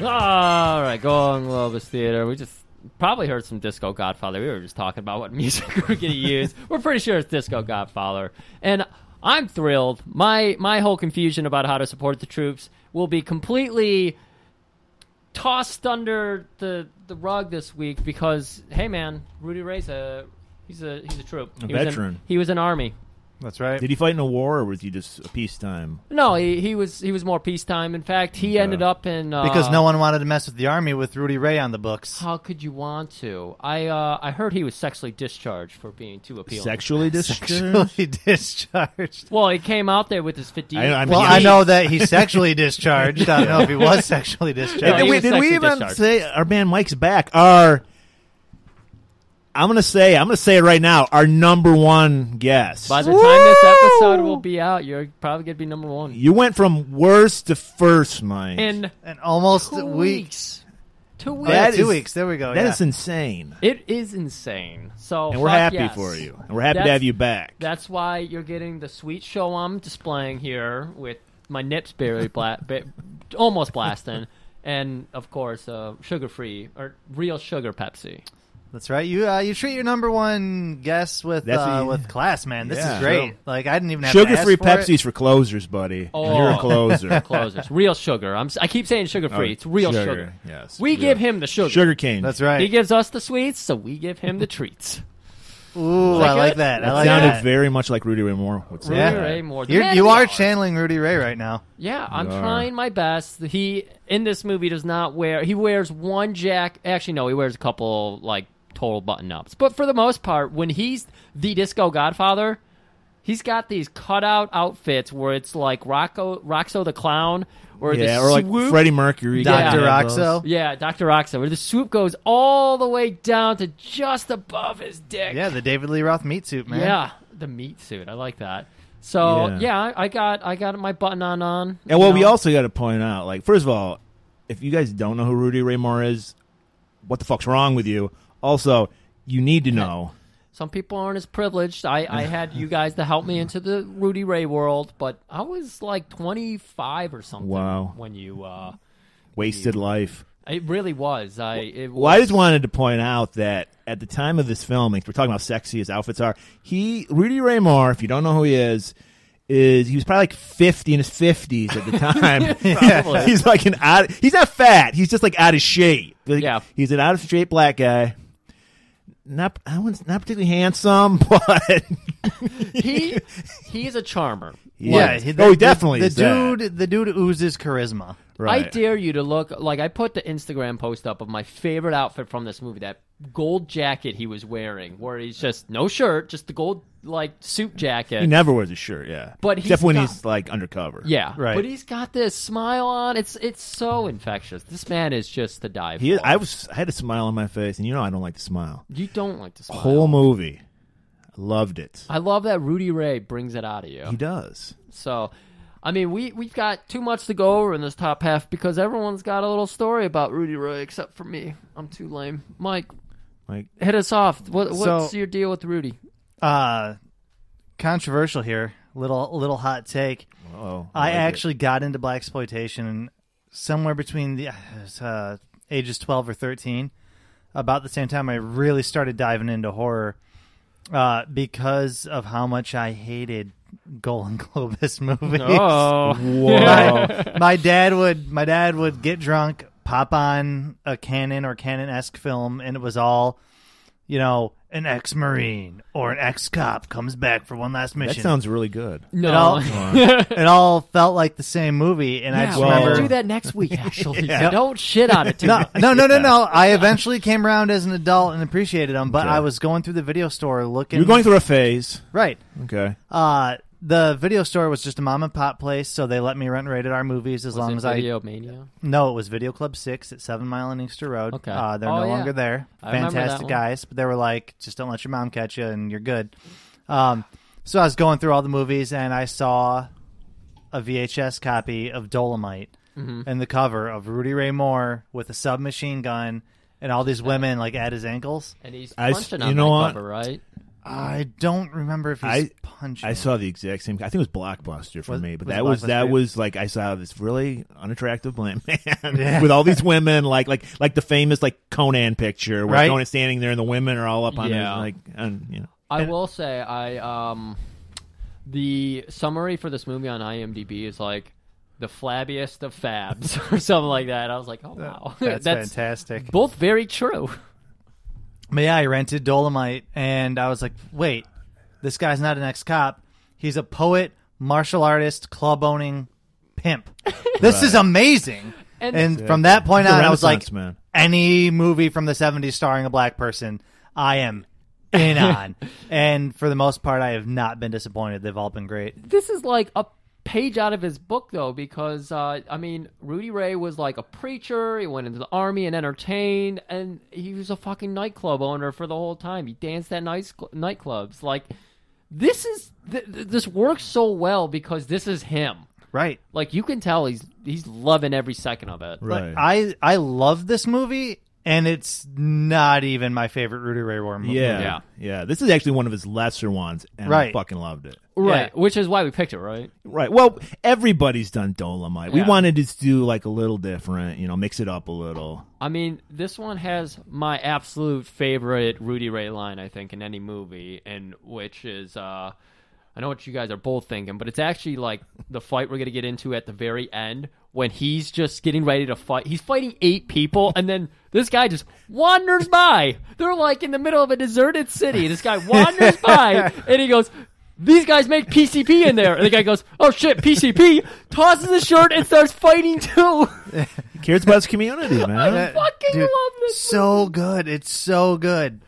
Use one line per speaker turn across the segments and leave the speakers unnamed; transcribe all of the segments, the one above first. All right, going Globus Theater. We just probably heard some Disco Godfather. We were just talking about what music we're going to use. we're pretty sure it's Disco Godfather, and I'm thrilled. My my whole confusion about how to support the troops will be completely tossed under the the rug this week because hey, man, Rudy Ray's a he's a he's a troop.
A
he was in-
veteran.
he was an army.
That's right.
Did he fight in a war or was he just a peacetime?
No, he, he was he was more peacetime. In fact, he ended up in uh,
because no one wanted to mess with the army with Rudy Ray on the books.
How could you want to? I uh, I heard he was sexually discharged for being too appealing.
Sexually discharged?
Sexually discharged.
Well, he came out there with his 50.
I- I mean,
Well,
he-
I know that he sexually discharged. I don't know if he was sexually
No,
Did
he
discharged.
we,
was
did we
sexually
even
discharged.
say our man Mike's back? Our I'm gonna say I'm gonna say it right now. Our number one guest.
By the time this episode will be out, you're probably gonna be number one
you went from worst to first, Mike.
in
And almost
two weeks.
weeks.
Two
Oh,
weeks.
yeah,
That
two
is-
weeks. There we go.
oh,
That is
yeah.
insane,
it is insane. So
and we're
fuck
happy
yes.
for you. And we're happy to
That's-
have you back.
That's why you're getting the sweet show I'm displaying here with my nips barely bla- ba- almost blasting, and of course, uh, sugar-free or real sugar Pepsi.
That's right. You uh, you treat your number one guest with
That's what
uh,
you-
with class, man. This
Yeah.
is great.
True.
Like I didn't even have to
Sugar free
ask for it.
Pepsi's for closers, buddy.
Oh.
You're a closer.
closers. Real sugar. I'm, si keep saying sugar free.
Oh,
it's real sugar.
sugar, yes.
We
Yeah.
give him the sugar.
Sugar cane.
That's
He
right.
gives us the sweets, so we give him the treats.
Ooh, I
Like
like
it?
that. I
That
like
sounded
that.
very much like Rudy Ray Moore. would say.
Yeah.
Rudy Ray Moore. The
You're,
man
you
we
are channeling Rudy Ray right now.
Yeah, I'm
You are.
trying my best. He in this movie does not wear. He wears one jack. Actually, no, he wears a couple like total button ups. But for the most part, when he's the Disco Godfather, he's got these cutout outfits where it's like Rocco, Roxo the Clown, or
Yeah,
the
or like
swoop.
Freddie Mercury.
Yeah.
Dr.
Yeah.
Roxo.
Yeah, Dr. Oxa, where the swoop goes all the way down to just above his dick.
Yeah, the David Lee Roth meat suit, man.
Yeah, the meat suit. I like that. So
Yeah.
yeah, I I got I got my button on on.
And well,
you
we
know.
also got to point out, like, first of all, if you guys don't know who Rudy Ray Moore is, what the fuck's wrong with you? Also, you need to know.
some people aren't as privileged. I I had you guys to help me into the Rudy Ray world, but I was like 25 or something.
Wow.
when you uh,
Wasted life.
it really was. I it was,
Well, I just wanted to point out that at the time of this filming, we're talking about sexy his outfits are. He Rudy Ray Moore, if you don't know who he is, is he was probably like fifty in his fifties at the time.
Probably.
he's like an out. He's not fat. He's just like out of shape. Like,
Yeah.
he's an out of shape black guy. Not I wouldn't not particularly handsome, but
he he's a charmer.
Yeah,
is. oh, he definitely
The,
is that.
dude, the dude oozes charisma.
I dare you to look like I put the Instagram post up of my favorite outfit from this movie, that gold jacket he was wearing, where he's just no shirt, just the gold like suit jacket.
He never wears a shirt, yeah.
But
except
he's
when
got-
he's like undercover.
yeah,
Right.
But he's got this smile on. It's it's so infectious. This man is just the dive.
He,
for.
I was, I had a smile on my face, and you know I don't like to smile.
you don't like to smile.
Whole movie, I loved it.
I love that Rudy Ray brings it out of you.
He does.
So, I mean, we we've got too much to go over in this top half because everyone's got a little story about Rudy Ray except for me. I'm too lame. Mike,
Like
hit us off. What,
So-
what's your deal with Rudy?
Uh, controversial here. Little little hot take.
oh,
I actually got into black exploitation somewhere between the uh, ages twelve or thirteen. About the same time, I really started diving into horror uh, because of how much I hated Golden Globus movies.
Oh.
Oh.
Whoa!
my dad would my dad would get drunk, pop on a canon or canon esque film, and it was all, you know, an ex marine or an ex cop comes back for one last
that
mission.
sounds really good.
it
no.
all it all felt like the same movie, and I
Yeah,
just
we're
well-
gonna
remember.
do that next week. Actually,
Yeah.
don't shit on it. Too
No,
much.
no, no, no, no. I eventually came around as an adult and appreciated them, but
Okay.
I was going through the video store looking.
You're going through a phase,
right.
okay?
Uh, the video store was just a mom and pop place, so they let me rent rated R movies as long
Is
as
it
I
Video Mania?
No, it was Video Club Six at Seven Mile and Inkster Road.
Okay.
uh, they're
Oh,
no
yeah.
longer there.
I remember that
Fantastic
one.
guys, but they were like, just don't let your mom catch you, and you're good. Um, so I was going through all the movies, and I saw a VHS copy of Dolomite
Mm-hmm.
and the cover of Rudy Ray Moore with a submachine gun and all these women like at his ankles.
And he's
I s-
punching
you
on
know
that
what?
cover, right?
I don't remember if he's
I-
punched.
I saw the exact same. I think it was Blockbuster for
Was-
me, but
was
that was
Blockbuster
that
it?
was like I saw this really unattractive black man
Yeah.
with all these women, like like like the famous like Conan picture where
Right.
Conan's standing there and the women are all up on
Yeah.
his like, and, you know.
I will say I um the summary for this movie on IMDb is like the flabbiest of fabs or something like that. I was like, oh wow,
That's, fantastic.
Both very true.
But yeah, I rented Dolomite, and I was like, wait, this guy's not an ex cop. He's a poet, martial artist, club owning pimp. This is amazing.
And-
And, from that point
He's a
on, I was like,
Renaissance man.
any movie from the 70s starring a black person, I am in on. and for the most part, I have not been disappointed. They've all been great.
This is like a page out of his book though, because uh, I mean, Rudy Ray was like a preacher. He went into the army and entertained, and he was a fucking nightclub owner for the whole time. He danced at nice nightclubs. Like this is th- th- this works so well because this is him.
Right.
Like you can tell he's he's loving every second of it.
Right.
I, I love this movie, and it's not even my favorite Rudy Ray Moore movie.
yeah,
Yeah.
yeah, This is actually one of his lesser ones, and I
Right.
fucking loved it.
Right.
Yeah.
Which is why we picked it, right?
Right. Well, everybody's done Dolomite.
Yeah.
We wanted to do like a little different, you know, mix it up a little.
I mean, this one has my absolute favorite Rudy Ray line, I think, in any movie, and which is uh I know what you guys are both thinking, but it's actually like the fight we're gonna get into at the very end when he's just getting ready to fight. He's fighting eight people, and then this guy just wanders by. They're like in the middle of a deserted city. This guy wanders by, and he goes, these guys make PCP in there. And the guy goes, oh shit, PCP, tosses his shirt and starts fighting too.
He cares about his community, man.
fucking love this
So good. It's so good.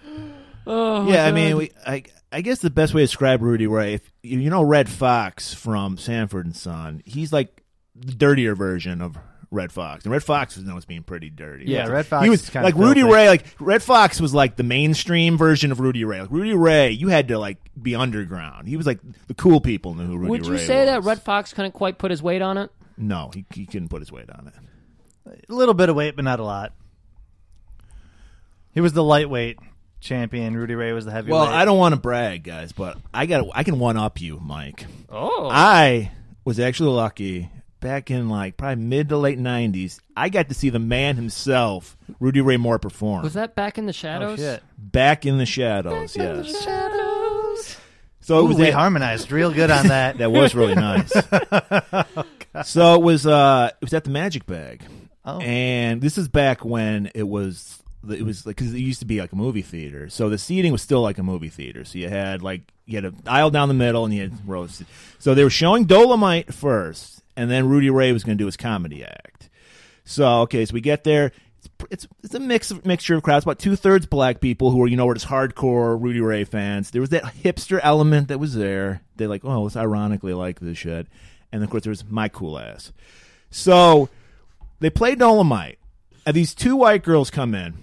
Oh,
yeah, I
God.
mean, we, I I guess the best way to describe Rudy Ray, if you you know Red Fox from Sanford and Son, he's like the dirtier version of Red Fox, and Red Fox was known as being pretty dirty.
Yeah,
Like,
Red Fox
He was
is kinda
like Rudy
filthy.
Ray. Like Red Fox was like the mainstream version of Rudy Ray. Like Rudy Ray, you had to like be underground. He was like the cool people knew who Rudy
would you
Ray
say that
was.
Red Fox couldn't quite put his weight on it?
No, he, he couldn't put his weight on it.
A little bit of weight, but not a lot. He was the lightweight champion. Rudy Ray was the heavyweight.
Well, I don't want to brag, guys, but I got I can one up you, Mike.
Oh,
I was actually lucky back in like probably mid to late nineties. I got to see the man himself, Rudy Ray Moore, perform
was that back in the shadows?
Oh, shit.
back in the shadows. yes,
Shadows.
so it
Ooh,
was
we
that-
harmonized real good on that.
that was really nice. so it was uh it was at the Magic Bag,
Oh.
and this is back when it was it was like because it used to be like a movie theater, so the seating was still like a movie theater. So you had like you had an aisle down the middle, and you had rows. So they were showing Dolomite first, and then Rudy Ray was going to do his comedy act. So okay, so we get there. It's pr- it's, it's a mix of, mixture of crowds. About two thirds black people who are you know were just hardcore Rudy Ray fans. There was that hipster element that was there. They like oh let's ironically like this shit, and of course there was my cool ass. So they play Dolomite, and these two white girls come in.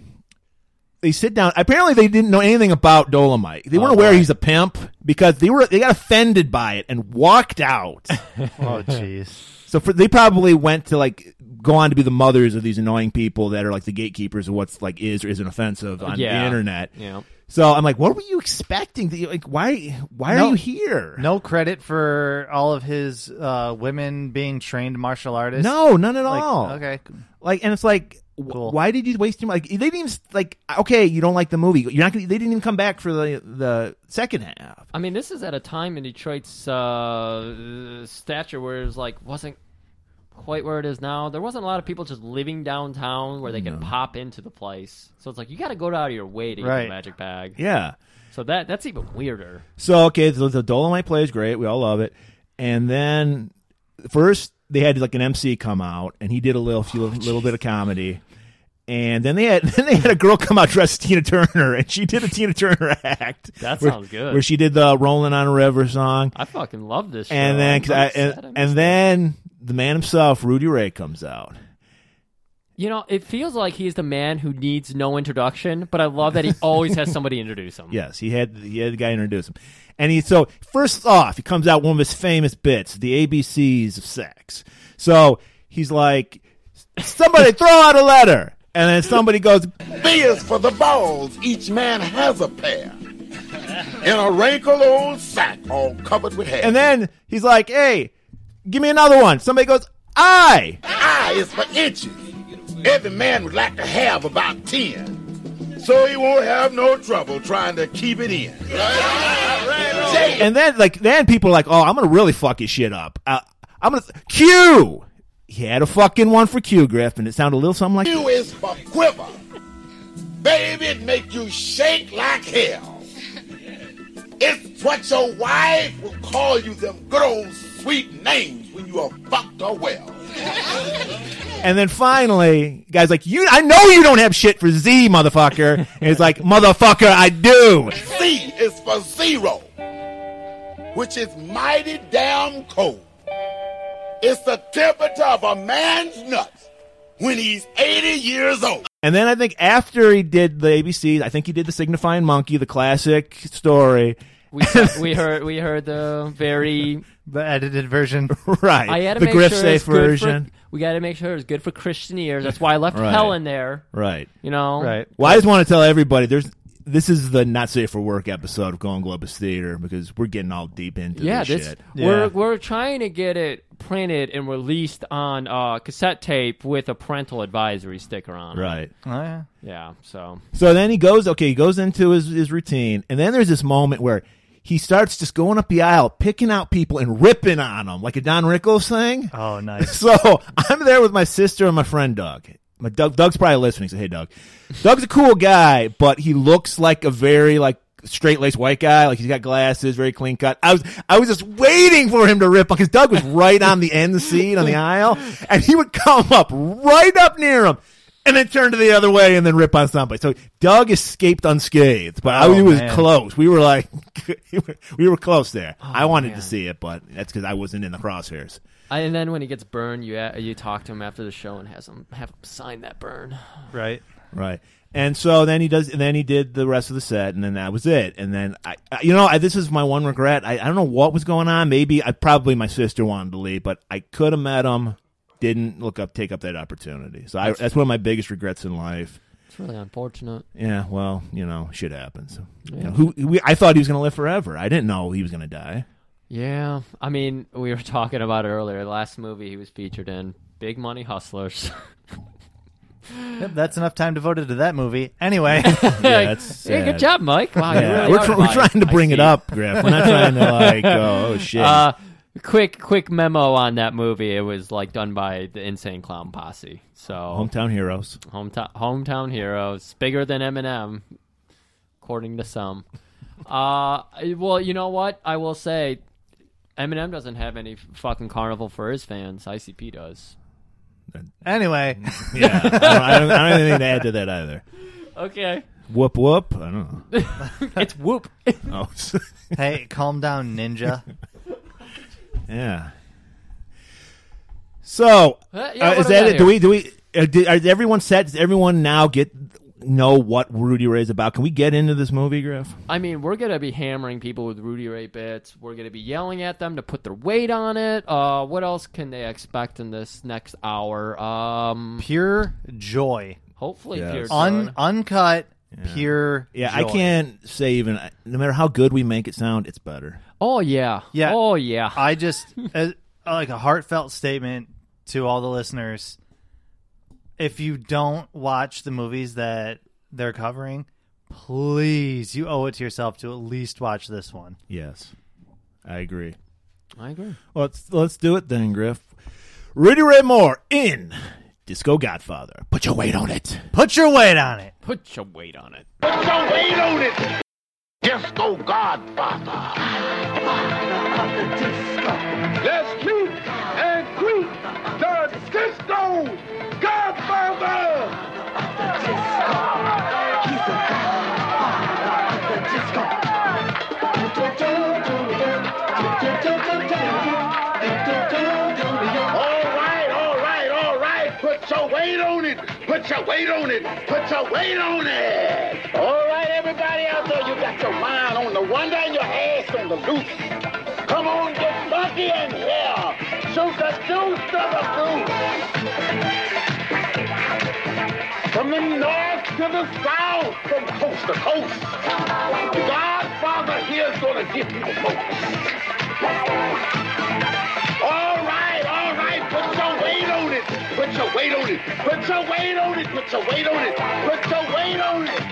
They sit down. Apparently, they didn't know anything about Dolomite. They weren't aware he's a pimp because they were they got offended by it and walked out.
oh, jeez.
So for, they probably went to like go on to be the mothers of these annoying people that are like the gatekeepers of what's like is or isn't offensive on
Yeah.
the internet.
Yeah.
So I'm like, what were you expecting? That you- Like, why? Why
No.
are you here?
No credit for all of his uh, women being trained martial artists.
no, none at
Like,
all.
Okay.
Like, and it's like, wh-
Cool.
why did you waste your like? They didn't even like. Okay, you don't like the movie. You're not. Gonna, they didn't even come back for the the second half.
I mean, this is at a time in Detroit's uh, stature where it was like wasn't quite where it is now. There wasn't a lot of people just living downtown where they could pop into the place. So it's like you got to go out of your way to get
Right.
the magic bag.
Yeah.
So that that's even weirder.
So okay, the, the Dolomite play is great. We all love it. And then first they had like an MC come out, and he did a little
Oh,
few little bit of comedy. And then they had then they had a girl come out dressed as Tina Turner, and she did a Tina Turner act.
That
where-
sounds good.
Where she did the "Rolling on a River" song,
I fucking love this. Show.
and then
I'm
'cause I,
upset I
and,
missed
and then the man himself, Rudy Ray, comes out.
You know, it feels like he's the man who needs no introduction, but I love that he always has somebody introduce him.
Yes, he had he had the guy introduce him, and he so first off he comes out one of his famous bits, the ABCs of sex. So he's like, somebody throw out a letter, and then somebody goes,
B is for the balls. Each man has a pair. in a wrinkled old sack all covered with hair.
And then he's like, "Hey, give me another one." Somebody goes, "I."
eye is for inches. Every man would like to have about 10. So he won't have no trouble trying to keep it in. Say
And then like then people are like, "Oh, I'm gonna really fuck his shit up." Uh, I'm gonna Q. He had a fucking one for Q, Griff, and it sounded a little something like.
you is for quiver. Baby, it make you shake like hell. It's what your wife will call you them good old sweet names when you are fucked or well.
And then finally, guy's like, "You, I know you don't have shit for Z, motherfucker." And he's like, "Motherfucker, I do."
C is for zero, which is mighty damn cold. It's the temperature of a man's nuts when he's 80 years old.
And then I think after he did the ABCs, I think he did the signifying monkey, the classic story.
We, saw- we heard we heard the very
the edited version.
Right.
I had to
the
make
Griff
sure
Safe
it's good
version.
For, we got to make sure it's good for Christian ears. That's why I left
Right.
hell in there.
Right.
You know,
Right.
Well, I just want to tell everybody there's this is the not safe for work episode of Going Globus Theater because we're getting all deep into
Yeah,
this,
this
shit.
we're
Yeah.
we're trying to get it printed and released on uh, cassette tape with a parental advisory sticker on. it.
Right.
Oh, yeah.
Yeah. So
So then he goes, okay, he goes into his, his routine, and then there's this moment where he starts just going up the aisle, picking out people and ripping on them like a Don Rickles thing.
Oh, nice.
So I'm there with my sister and my friend Doug. My Doug, Doug's probably listening. So hey, Doug, Doug's a cool guy, but he looks like a very like straight laced white guy. Like he's got glasses, very clean cut. I was I was just waiting for him to rip because Doug was right on the end seat on the aisle, and he would come up right up near him. And then turn to the other way and then rip on somebody. So Doug escaped unscathed, but I,
Oh,
he was
man. Oh,
close. We were like, we were close there. I wanted to see it, but that's because I wasn't in the crosshairs.
I- and then when he gets burned, you a- you talk to him after the show and has him have him sign that burn.
right.
Right. And so then he does. And then he did the rest of the set, and then that was it. And then I, I you know, I, this is my one regret. I, I don't know what was going on. Maybe I probably my sister wanted to leave, but I could have met him. Didn't look up, take up that opportunity. So I, that's one of my biggest regrets in life.
It's really unfortunate.
Yeah. Well, you know, shit happens. You know, who we, I thought he was going to live forever. I didn't know he was going to die.
Yeah, I mean, we were talking about it earlier. The last movie he was featured in, Big Money Hustlers.
Yep, that's enough time devoted to that movie. Anyway,
Yeah, that's
Yeah, good
sad.
job, Mike. Wow, you
Yeah.
really
we're,
are
tr-
wise.
we're trying to
I
bring it
see.
up, Griff. We're not trying to like, oh, oh, shit.
Uh, quick, quick memo on that movie. It was like done by the Insane Clown Posse. So
Hometown heroes.
hometown, hometown heroes, bigger than Eminem, according to some. Uh, well, you know what? I will say, Eminem doesn't have any fucking carnival for his fans. ICP does.
anyway,
Yeah, I don't, I don't, I don't have anything to add to that either.
Okay,
Whoop whoop. I don't know.
it's whoop.
Oh,
hey, calm down, Ninja.
yeah. So
Uh, yeah,
uh,
what
is
do we
that
got
it? Do
here?
we do we? Uh, do, is everyone set? Does everyone now get know what Rudy Ray's about? Can we get into this movie, Griff?
I mean, we're gonna be hammering people with Rudy Ray bits. We're gonna be yelling at them to put their weight on it. Uh, what else can they expect in this next hour? Um,
Pure joy,
hopefully,
Yes.
Pierce.
Un- uncut, pure.
Yeah, I
joy.
can't say even. No matter how good we make it sound, it's better.
oh yeah,
Yeah.
oh yeah.
I just as, like a heartfelt statement to all the listeners. If you don't watch the movies that they're covering, please, you owe it to yourself to at least watch this one.
Yes, I agree.
I agree.
Let's let's do it then, Griff. Rudy Ray Moore in Disco Godfather. Put your weight on it.
Put your weight on it.
Put your weight on it.
Don't wait on it. Disco Godfather. Let's meet and greet the Disco Godfather. All right, all right, all right. Put your weight on it. Put your weight on it. Put your weight on it. All right, everybody out there, you got your mind on the wonder and your ass on the loose. Come on, get funky in here. Shoot the juice to the fruit. From the north to the south, from coast to coast. The Godfather here's gonna give you the most. All right, all right, put your weight on it. Put your weight on it. Put your weight on it. Put your weight on it. Put your weight on it.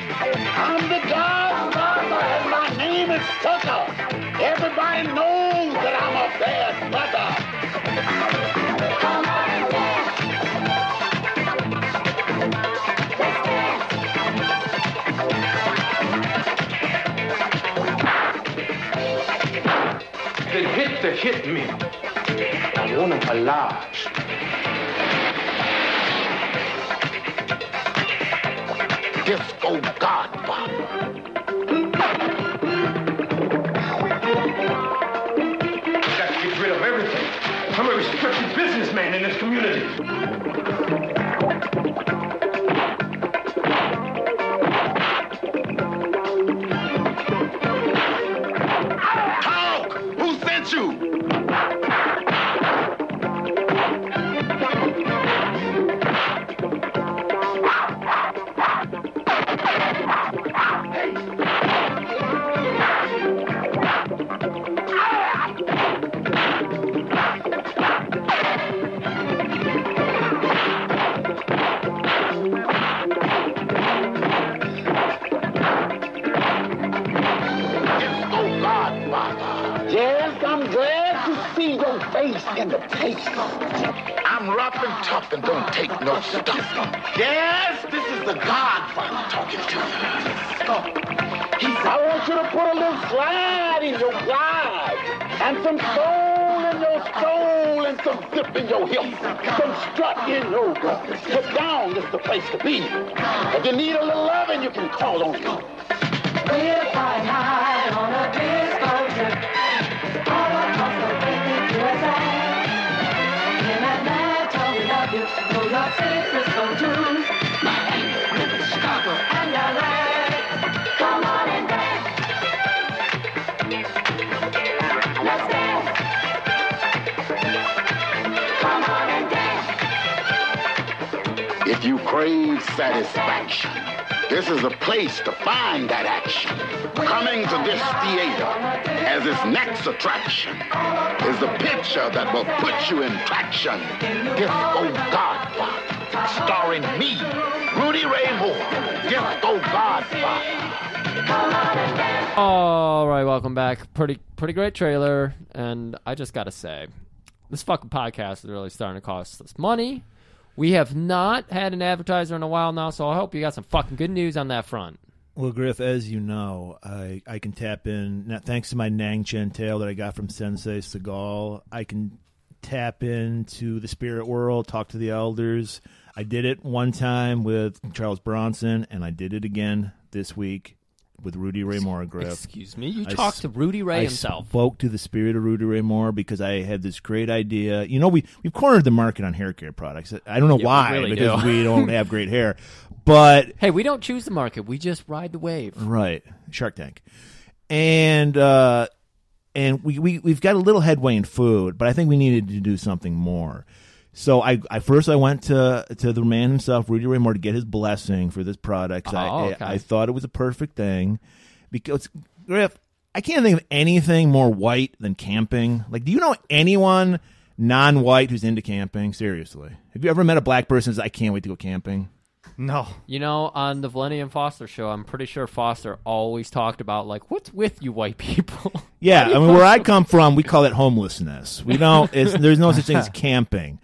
I'm the Godfather, and my name is Tucker. Everybody knows that I'm a bad mother. Then hit the hit me. I want him alive. Disco Godfather. Got to get rid of everything. I'm a restricted businessman in this community. Talk! Who sent you? Disco Godfather. Yes, I'm glad to see your face in the paper. I'm rough and tough and don't take no stuff. Yes, this is the Godfather talking to you. He's, I want you to put a little slide in your glide and some soul in your soul and some zip in your hip, some strut in your gut. Get down, this is the place to be. If you need a little loving, you can call on me. If you crave satisfaction, this is a place to find that action. Coming to this theater as its next attraction is the picture that will put you in traction. Disco Godfather, starring me, Rudy Ray Moore. Disco Godfather.
All right, welcome back. Pretty pretty great trailer, and I just gotta say, this fucking podcast is really starting to cost us money. We have not had an advertiser in a while now, so I hope you got some fucking good news on that front.
Well, Griff, as you know, I, I can tap in. Now, thanks to my Nang Chen tail that I got from Sensei Segal, I can tap into the spirit world, talk to the elders. I did it one time with Charles Bronson, and I did it again this week with Rudy Ray Moore, Griff.
Excuse me. You
I
talked
s-
to Rudy Ray
I
himself.
spoke to the spirit of Rudy Ray Moore because I had this great idea. You know, we we've cornered the market on hair care products. I don't know
we
why
really
because
do.
we don't have great hair, but
hey, we don't choose the market; we just ride the wave.
Right. Shark Tank. And uh and we, we we've got a little headway in food, but I think we needed to do something more. So I, I first I went to to the man himself, Rudy Ray Moore, to get his blessing for this product. I,
Oh, okay.
I I thought it was a perfect thing because Griff, I can't think of anything more white than camping. Like, do you know anyone non-white who's into camping? Seriously, have you ever met a black person who says, "I can't wait to go camping"?
No.
You know, on the Millennium Foster show, I'm pretty sure Foster always talked about like, "What's with you, white people?"
Yeah, I mean, where I come from, we call it homelessness. We don't. It's, there's no such thing as camping.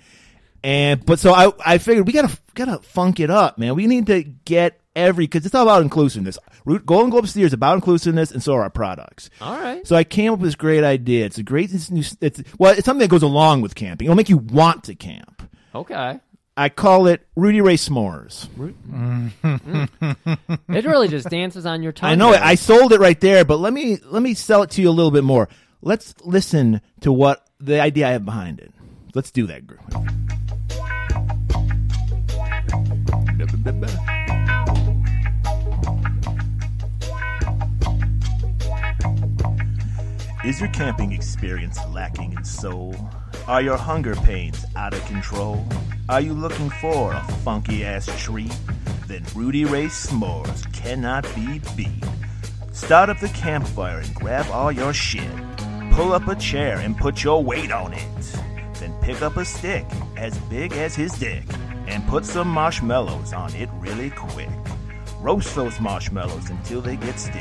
And but so I, I figured we gotta gotta funk it up, man. We need to get every because it's all about inclusiveness. Root Golden Globe Steer is about inclusiveness, and so are our products.
All right.
So I came up with this great idea. It's a great. It's, new, it's well, it's something that goes along with camping. It'll make you want to camp.
Okay.
I call it Rudy Ray S'mores.
It really just dances on your tongue.
I know it.
there.
I sold it right there, but let me let me sell it to you a little bit more. Let's listen to what the idea I have behind it. Let's do that. Gru. Is your camping experience lacking in soul? Are your hunger pains out of control? Are you looking for a funky ass treat
then Fruity Ray s'mores cannot be beat. Start up the campfire and grab all your shit. Pull up a chair and put your weight on it. Then pick up a stick as big as his dick and put some marshmallows on it really quick. Roast those marshmallows until they get sticky.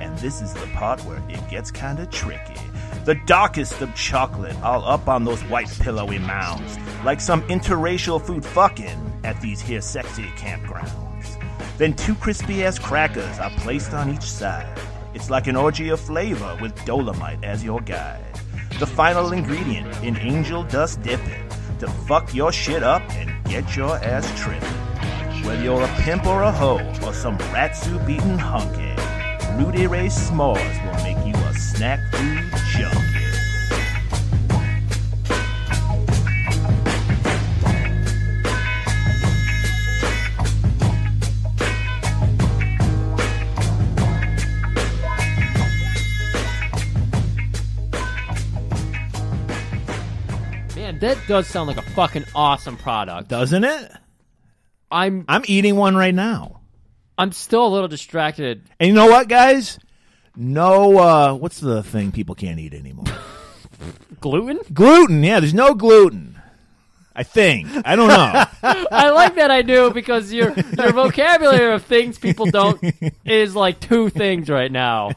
And this is the part where it gets kinda tricky. The darkest of chocolate all up on those white pillowy mounds, like some interracial food fucking at these here sexy campgrounds. Then two crispy ass crackers are placed on each side. It's like an orgy of flavor with dolomite as your guide. The final ingredient in angel dust dipping to fuck your shit up and get your ass tripping. Whether you're a pimp or a hoe or some rat soup eating hunky, Rudy Ray S'mores will make you a snack food junkie.
Man, that does sound like a fucking awesome product.
Doesn't it?
I'm
I'm eating one right now.
I'm still a little distracted.
And you know what, guys? No, uh, what's the thing people can't eat anymore?
Gluten?
gluten. Yeah, there's no gluten. I think. I don't know.
I like that I do because your your vocabulary of things people don't is like two things right now.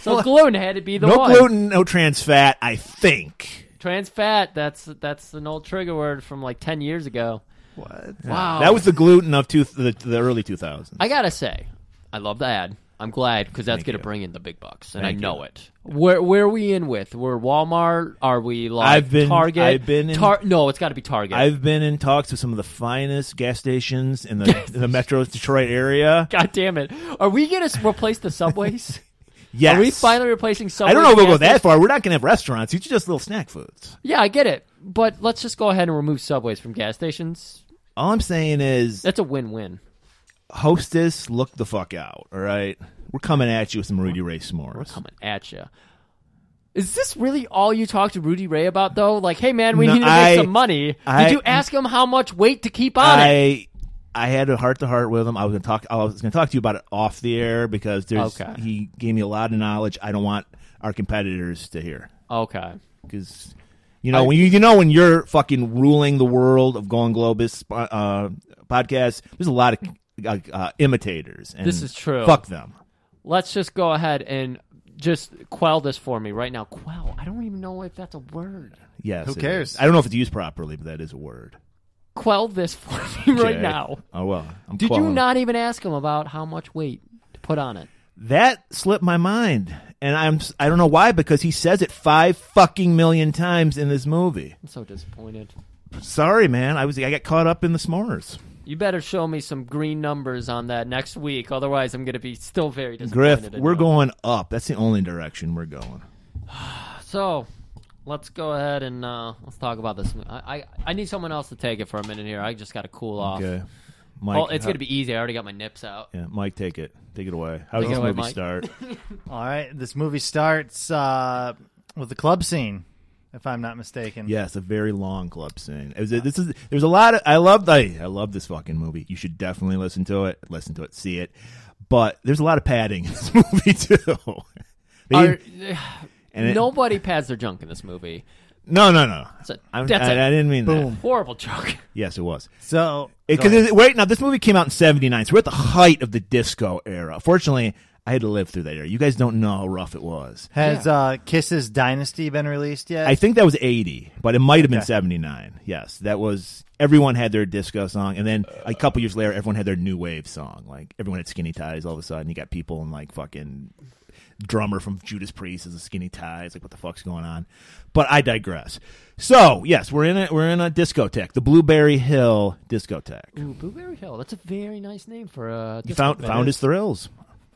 So gluten had to be the
no
one.
gluten, no trans fat. I think.
Trans fat. That's that's an old trigger word from like ten years ago.
What?
Wow.
That was the gluten of two, the, the early 2000s.
I gotta say, I love the ad. I'm glad because that's gonna
you.
bring in the big bucks, and I
Thank
know it. Where where are we in with? We're Walmart. Are we like
I've been-
Target?
I've been in-
Tar- no, it's got to be Target.
I've been in talks with some of the finest gas stations in the, in the metro Detroit area.
God damn it! Are we gonna s- replace the subways?
Yes.
Are we finally replacing subways?
I don't know if we'll go
with gas
that far. We're not going to have restaurants. It's just little snack foods.
Yeah, I get it. But let's just go ahead and remove subways from gas stations.
All I'm saying is,
That's a win-win.
hostess, look the fuck out, all right? We're coming at you with some Rudy Ray s'mores.
Coming at you. Is this really all you talked to Rudy Ray about, though? Like, hey, man, we
No,
need to
I-
make some money.
I-
Did you ask him how much weight to keep on it?
I I had a heart to heart with him. I was gonna talk. I was gonna talk to you about it off the air because there's
Okay.
he gave me a lot of knowledge. I don't want our competitors to hear
Okay.
because you know when you you know when you're fucking ruling the world of Going Globus uh, podcast. There's a lot of uh, uh, imitators. And
This is true.
Fuck them.
Let's just go ahead and just quell this for me right now. Quell. I don't even know if that's a word.
Yes.
Who
it
cares?
is. I don't know if it's used properly, but that is a word.
Quell this for me right
Okay.
now.
Oh well. I'm
Did you
quelling-
not even ask him about how much weight to put on it?
That slipped my mind, and I'm s- I don't know why because he says it five fucking million times in this movie.
I'm so disappointed.
Sorry, man. I was I got caught up in the s'mores.
You better show me some green numbers on that next week, otherwise I'm going to be still very disappointed.
Griff,
in
we're
you.
going up. That's the only direction we're going.
So, let's go ahead and uh, let's talk about this. I, I I need someone else to take it for a minute here. I just got to cool off.
Okay, Mike. uh,
Oh, it's
how-
going to be easy. I already got my nips out.
Yeah, Mike, take it. Take it away. How does
Take it
this
away,
movie
Mike.
start?
All right. This movie starts uh, with the club scene, if I'm not mistaken.
yes, a very long club scene. It was a- this is there's a lot of I love I, I love this fucking movie. You should definitely listen to it. Listen to it. See it. But there's a lot of padding in this movie too. They-
Are-
and it-
nobody pads their junk in this movie.
no, no, no.
It's a,
I'm,
that's
I,
a
I didn't mean that.
horrible joke.
Yes, it was.
So,
Because wait, now this movie came out in '79, so we're at the height of the disco era. Fortunately, I had to live through that era. You guys don't know how rough it was.
has uh, Kisses Dynasty been released yet?
I think that was '80, but it might have been
Okay.
'79. Yes, that was. Everyone had their disco song, and then a couple years later, everyone had their new wave song. Like everyone had skinny ties. All of a sudden, you got people in like fucking drummer from Judas Priest as a skinny tie. It's like what the fuck's going on? But I digress. So yes, we're in a we're in a discotheque, the Blueberry Hill discotheque.
Ooh, Blueberry Hill. That's a very nice name for a
He
disco
found
band.
found his thrills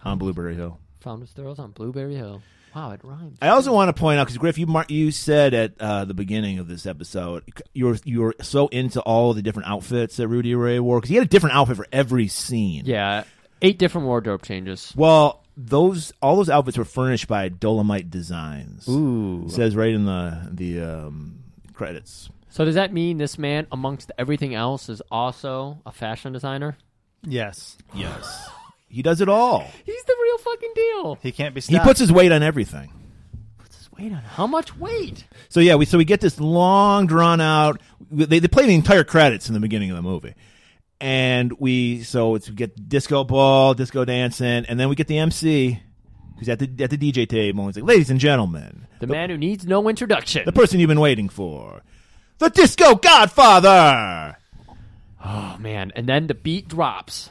on Blueberry Hill.
found his thrills on Blueberry Hill. Wow, it rhymes.
I also want to point out because Griff, you mar- you said at uh, the beginning of this episode, you were you were so into all the different outfits that Rudy Ray wore because he had a different outfit for every scene.
Yeah, eight different wardrobe changes.
Well, those all those outfits were furnished by Dolomite Designs.
Ooh.
It says right in the the um, credits.
So does that mean this man, amongst everything else, is also a fashion designer?
Yes,
Yes. He does it all.
He's the real fucking deal.
he can't be stopped.
He puts his weight on everything.
Just wait on how much weight?
So yeah, we so we get this long drawn out. They they play the entire credits in the beginning of the movie, and we so it's we get disco ball, disco dancing, and then we get the MC who's at the at the DJ table. and He's like, "Ladies and gentlemen,
The man who needs no introduction.
the person you've been waiting for, the Disco Godfather."
Oh man! And then the beat drops,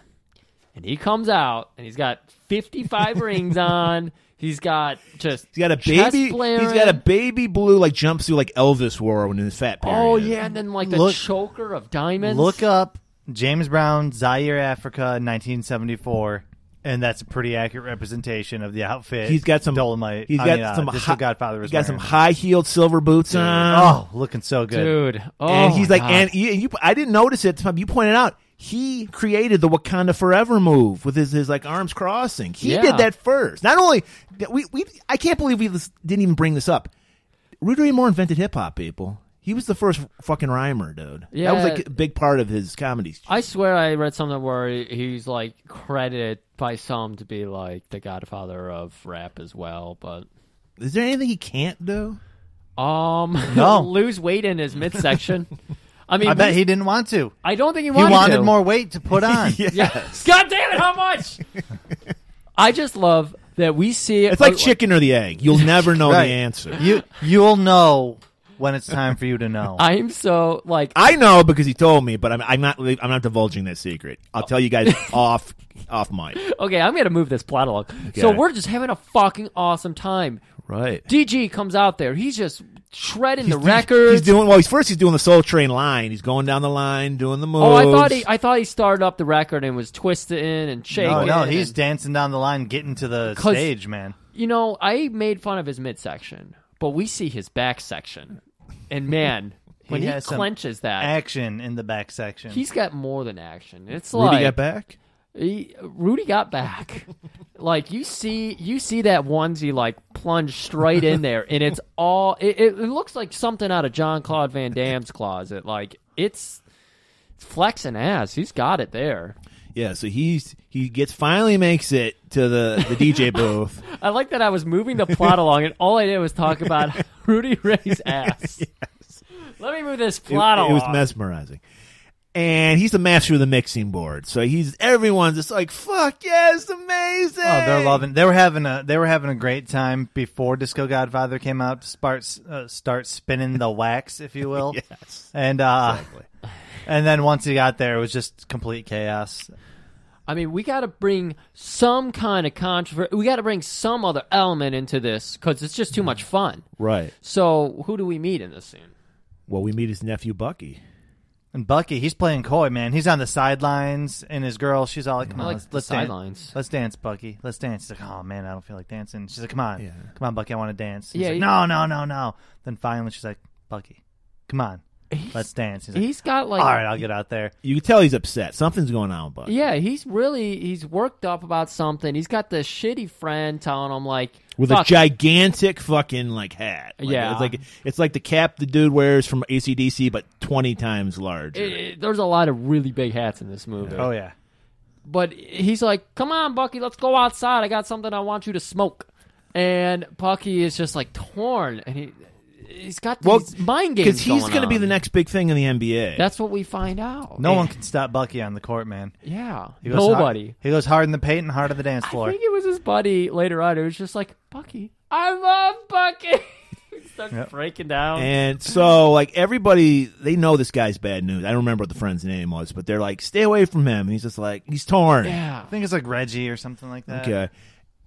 and he comes out, and he's got fifty-five rings on. He's got just
He's got a
chest
baby. He's
flaring.
got a baby blue like jumpsuit like Elvis wore when in his fat period.
oh yeah, and then like a
Look-
choker of diamonds.
Look up James Brown, Zaire, Africa, 1974, and that's a pretty accurate representation of the outfit.
He's got some
Dolomite.
He's
I
got
mean, uh,
some.
Disco
hi-
Godfather.
He's
Was
got some
wearing.
high heeled silver boots on.
Oh, looking so good.
dude. Oh,
and he's
my
like,
God.
and you, you, I didn't notice it. at the time. You pointed out he created the Wakanda Forever move with his, his like arms crossing. He
Yeah.
did that first. Not only we, we I can't believe we this- didn't even bring this up. Rudy Ray Moore invented hip hop, people. He was the first fucking rhymer, dude. that was
Yeah.
like a big part of his comedy.
I swear I read something where he- he's like credited by some to be like the godfather of rap as well, but
Is there anything he can't do?
um,
No.
lose weight in his midsection. I mean,
I bet
we-
he didn't want to.
I don't think he
He
wanted,
wanted
to.
more weight to put on.
Yes. God damn it! How much? I just love that we see.
It's like chicken or the egg. You'll never know
Right.
the answer.
You you'll know when it's time for you to know.
I'm so like
I know because he told me, but I'm, I'm not. I'm not divulging that secret. I'll tell you guys off off mic.
okay. I'm gonna move this plot along. So
Okay.
we're just having a fucking awesome time.
Right.
DG comes out there. He's just shredding the
He's-
records.
He's doing well. He's first. He's doing the Soul Train line. He's going down the line, doing the moves.
Oh, I thought he, I thought he started up the record and was twisting and shaking.
no, no, he's
and-
dancing down the line, getting to the
'Cause-
stage, man.
you know, I made fun of his midsection, but we see his back section, and man, when he,
has some
clenches that,
Action in the back section.
he's got more than action. It's
Rudy
like
got back.
He, Rudy got back. like you see, you see that onesie like plunge straight in there, and it's all. It, it, it looks like something out of John Claude Van Damme's closet. Like it's, it's flexing ass. He's got it there.
Yeah. So he's he gets finally makes it to the the DJ booth.
I like that I was moving the plot along, and all I did was talk about Rudy Ray's ass. Let me move this
It,
plot
it
along.
was mesmerizing. And he's the master of the mixing board. So he's everyone's just like, "Fuck yes, amazing!"
Oh, they're loving. They were having a they were having a great time before Disco Godfather came out to start uh, start spinning the wax, if you will.
Yes.
And uh, and then once he got there, it was just complete chaos.
I mean, we got to bring some kind of controversy. We got to bring some other element into this because it's
Mm-hmm.
just too much fun.
Right.
So, who do we meet in this scene?
Well, we meet his nephew Bucky.
And Bucky, he's playing coy, man. He's on the sidelines, and his girl, she's all like, "Come
I
on,
like
let's,
the
let's dance.
sidelines.
Let's dance, Bucky. Let's dance." He's like, "Oh man, I don't feel like dancing." She's like, "Come on,
Yeah.
come on, Bucky, I want to dance." He's
Yeah,
like,
he-
"No, no, no, no." Then finally, she's like, "Bucky, come on, let's dance." He's like,
He's got like
"All right, I'll get out there."
You can tell he's upset. Something's going on with Bucky.
Yeah, he's really he's worked up about something. He's got the shitty friend telling him like
with a
fuck,
gigantic fucking like hat. Like,
Yeah.
it's like it's like the cap the dude wears from ACDC, but twenty times larger.
it- it- eh, there's a lot of really big hats in this movie.
Oh yeah.
But he's like, "Come on, Bucky, let's go outside. I got something I want you to smoke." And Bucky is just like torn, and he he's got these
Well,
mind games
because he's
going
to be
on.
the next big thing in the NBA.
That's what we find out.
No one can stop Bucky on the court, man.
Yeah,
He goes hard-
Eh. nobody.
he goes hard in the paint and hard on the dance
I
floor.
think it was his buddy later on who was just like, Bucky, I love Bucky. he starts breaking down.
and so like everybody, they know this guy's bad news. I don't remember what the friend's name was, but they're like, stay away from him. And he's just like, he's torn.
yeah.
I think it's like Reggie or something like that.
Okay,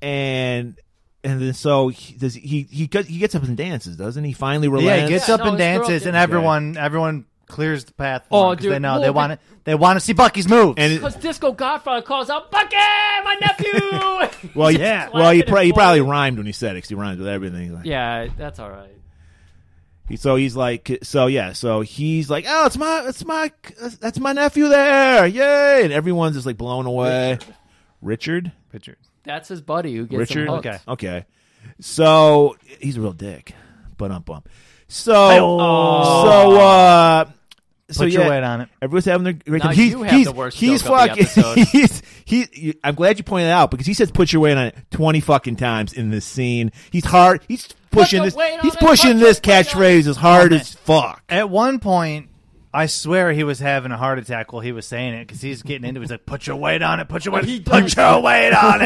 and and then so he, does he he gets- he gets up and dances, doesn't he? Finally relents.
Yeah, he gets
Yeah,
up
no,
and
his girl
dances,
did-
and everyone everyone clears the path. For
Oh,
him 'cause they
dude,
know
well,
they
the-
want to they want to see Bucky's moves.
And it-
Because Disco Godfather calls out Bucky, my nephew.
well,
He's
yeah.
just
Well, he,
slapping
pra-
his
he probably
boy.
rhymed when he said it. 'cause he rhymes with everything. He's like,
Yeah, that's all right.
He- So he's like, so yeah, so he's like, oh, it's my, it's my, that's my nephew there, yay! And everyone's just like blown away. Richard,
Richard,
That's his buddy who gets
Richard,
him hooked.
Okay.
okay. So
Oh.
he's a real dick, but um bump. So, so uh, so
Put your
yeah,
weight on it.
Everyone's having their great
Now
time. He's,
you have
he's,
the worst
he's
joke of the
fucking.
episode.
he's, he, you- I'm glad you pointed it out because he says put your weight on it 20 fucking times in this scene. He's hard. He's pushing
your
this.
weight on
He's
it,
pushing
put
this
your weight on
catchphrase as hard as fuck.
At one point, I swear he was having a heart attack while he was saying it because he's getting into it. He's like, put your weight on it, put your weight,
He
put
does.
your weight on it.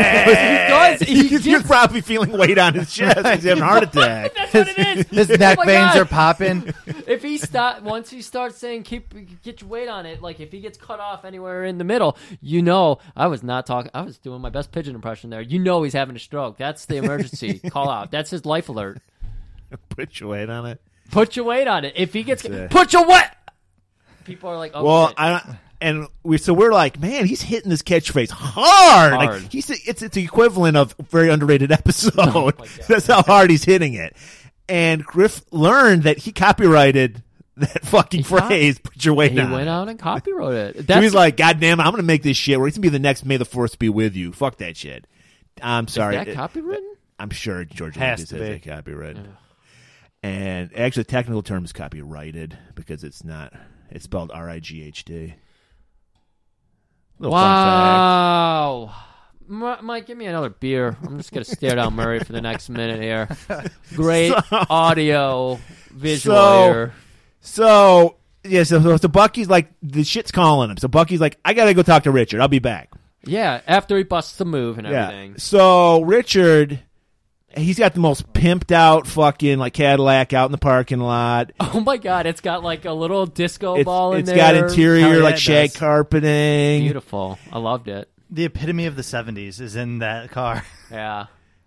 does. He
He's- You're probably feeling weight on his chest. He's having a heart attack.
That's what it is.
His
Oh
neck
my
veins
God.
are popping.
if he stop once he starts saying keep get your weight on it like if he gets cut off anywhere in the middle you know i was not talking i was doing my best pigeon impression there you know he's having a stroke that's the emergency call out that's his life alert
put your weight on it.
put your weight on it if he gets
That's it.
put your weight people are like oh
Well,
shit.
I don't- and we so we're like, man, he's hitting this catchphrase hard.
Hard.
Like he's it's it's the equivalent of very underrated episode. That's how hard he's hitting it. And Griff learned that he copyrighted that fucking
got-
phrase. Put your weight
he
on.
went
it.
out and copyrighted it
So
that's
he's like, God damn it, I'm gonna make this shit. We're gonna be the next May the Fourth be with you. Fuck that shit. I'm sorry.
that
It-
copywritten
I'm sure George
Has
Lucas
to
has
be.
it copyrighted. And actually, the technical term is copyrighted because it's not. It's spelled R I G H T. Little fun fact.
wow Mi- Mike, give me another beer. I'm just gonna stare down Murray for the next minute here. Great
So-
audio, visual
So-
here.
So yeah, so, so so Bucky's like the shit's calling him. So Bucky's like, I gotta go talk to Richard. I'll be back.
Yeah, after he busts the move and everything.
Yeah. So Richard, he's got the most pimped out fucking like Cadillac out in the parking lot.
Oh my god, it's got like a little disco
It's,
ball in
it's
there.
got
Hell
interior
yeah,
like
it
shag
does.
carpeting.
Beautiful. I loved it.
The epitome of the '70s is in that car.
Yeah.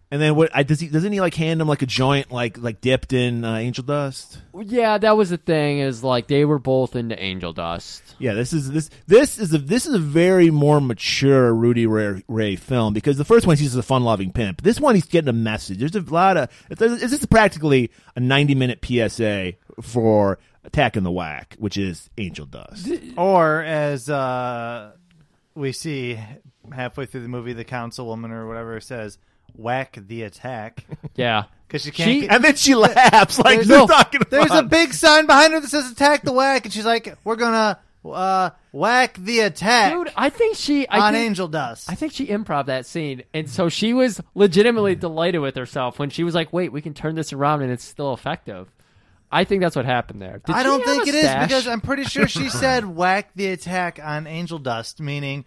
And then what? I, does he? Doesn't he like hand him like a joint, like like dipped in uh, angel dust?
Yeah, that was the thing is like they were both into angel dust.
Yeah, this is this this is a this is a very more mature Rudy Ray, Ray film because the first one he's just a fun loving pimp. This one he's getting a message. There's a lot of there's- this is practically a 90 minute PSA for attacking the whack, which is angel dust.
Or as uh, we see halfway through the movie, the councilwoman or whatever says, "Whack the attack,"
Yeah.
because she can't.
She
get-
And then she laughs like
There's
they're
no-
talking about.
There's a big sign behind her that says "Attack the Whack," and she's like, "We're gonna uh, whack the attack
Dude, I think she I
on
think,
angel dust."
I think she improv that scene and so she was legitimately delighted with herself when she was like, Wait, we can turn this around and it's still effective. I think that's what happened there. Did
I
she
don't
have
think
a
it is
stash?
because I'm pretty sure she said "whack the attack on angel dust," meaning,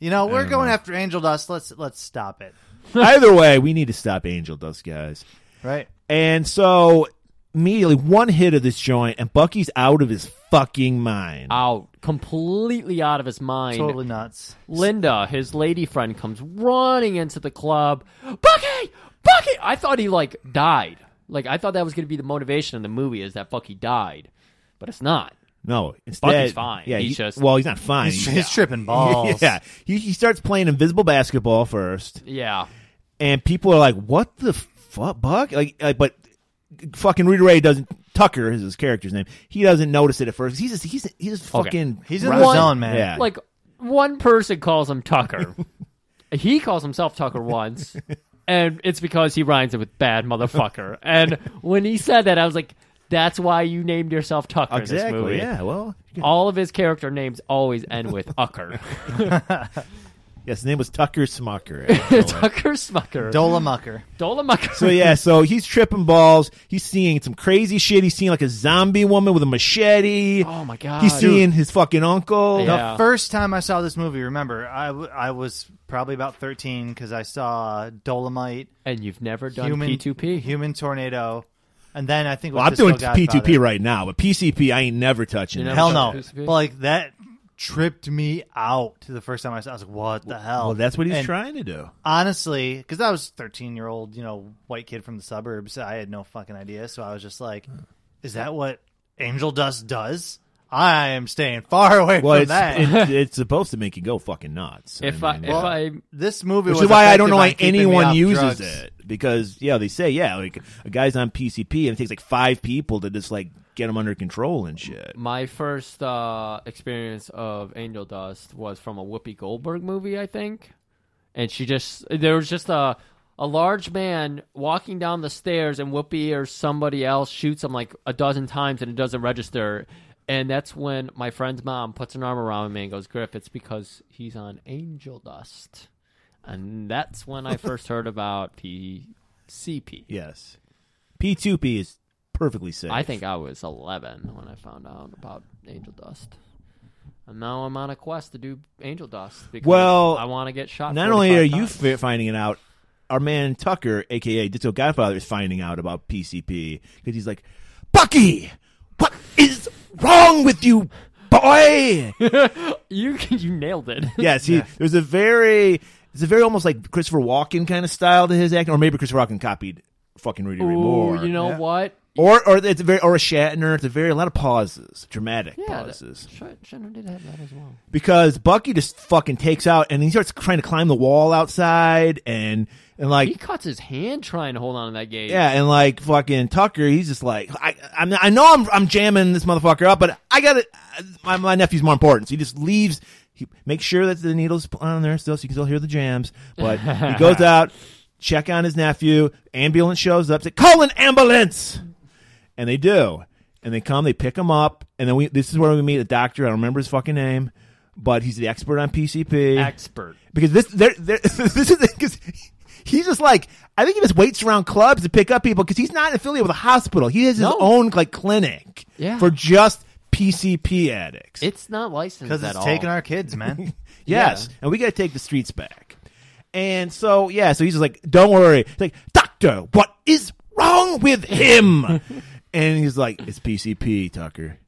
you know, we're going after angel dust. Let's let's stop it,
Either way, we need to stop angel dust, guys.
right?
And so immediately one hit of this joint and Bucky's out of his fucking mind.
out completely out of his mind.
Totally nuts.
Linda, his lady friend, comes running into the club. Bucky! Bucky! I thought he, like, died. Like, I thought that was going to be the motivation in the movie is that Bucky died. But it's not.
no, instead
fine.
Yeah,
He's
he-
just-
well, he's not fine.
He's, he's tripping balls.
Yeah, he, he starts playing invisible basketball first,
Yeah.
and people are like, "What the fuck, Buck?" Like, like but fucking Rita Ray doesn't. Tucker is his character's name. He doesn't notice it at first. He's just, he's he's just
Okay.
fucking.
He's in the
One-
zone, man.
Yeah.
Like, one person calls him Tucker. he calls himself Tucker once, and it's because he rhymes it with bad motherfucker. and when he said that, I was like, that's why you named yourself Tucker in this movie.
exactly. Yeah. Well,
All of his character names always end with Ucker.
yes, his name was Tucker Smucker. actually.
Tucker Smucker.
Dola Mucker.
Dolomucker.
So yeah, so he's tripping balls. He's seeing some crazy shit. He's seeing like a zombie woman with a machete.
Oh my god.
He's seeing his fucking uncle.
Yeah.
The first time I saw this movie, remember, I, w- I was probably about 13 because I saw Dolomite,
and you've never done
human,
P2P.
human Tornado, and then I think it was
Well, I'm
Disco
doing
Godfather.
P2P right now, but PCP I ain't never touching.
You
that.
never
Hell
Sure.
no.
P2P.
But like that tripped me out the first time I saw it. I was like, what the hell?
Well, that's what he's
And
trying to do.
Honestly, because I was 13 year old, you know, white kid from the suburbs. I had no fucking idea. So I was just like, is that what Angel Dust does? I am staying far away
Well,
from
it's,
that.
it, it's supposed to make you go fucking nuts.
If I,
mean,
if
yeah.
I
this movie
which
was
is why I don't know why
effective on keeping me
anyone
off
uses
drugs.
it because yeah, they say yeah, like a guy's on PCP and it takes like five people to just like get him under control and shit.
my first uh, experience of Angel Dust was from a Whoopi Goldberg movie, I think, and she just there was just a a large man walking down the stairs, and Whoopi or somebody else shoots him like a dozen times, and it doesn't register. And that's when my friend's mom puts an arm around me and goes, Griff, it's because he's on angel dust. And that's when I first heard about PCP.
Yes. P2P is perfectly safe.
I think I was 11 when I found out about angel dust. And now I'm on a quest to do angel dust because
Well,
I want to get shot.
Not only are
45
you
times.
fi- finding it out, our man Tucker, aka Ditto Godfather, is finding out about PCP because he's like, Bucky, what is wrong with you, boy?
you you nailed it.
yes, he, there's a very, it's a very almost like Christopher Walken kind of style to his acting, or maybe Christopher Walken copied fucking Rudy Ray Moore.
Ooh, you know what?
Or, or it's a very, or a Shatner. It's a very, a lot of pauses, dramatic
Yeah, that-
pauses.
Sh- Shatner did have that as well.
because Bucky just fucking takes out and he starts trying to climb the wall outside and and like
He cuts his hand trying to hold on to that gate.
yeah and like fucking Tucker he's just like I I'm, I know I'm I'm jamming this motherfucker up but I got to my my nephew's more important so he just leaves he makes sure that the needle's on there still so you can still hear the jams but he goes out check on his nephew ambulance shows up say call an ambulance and they do. And they come, they pick him up, and then we. This is where we meet a doctor. I don't remember his fucking name, but he's the expert on PCP
Expert.
because this they're, they're, this is because he's just like I think he just waits around clubs to pick up people because he's not affiliated with a hospital. He has his
No.
own like clinic
Yeah.
for just PCP addicts.
It's not licensed
because
at
it's
all.
taking our kids, man.
Yes, and we got to take the streets back. And so yeah, so he's just like, "Don't worry." He's like, "Doctor, what is wrong with him?" and he's like, "It's PCP, Tucker."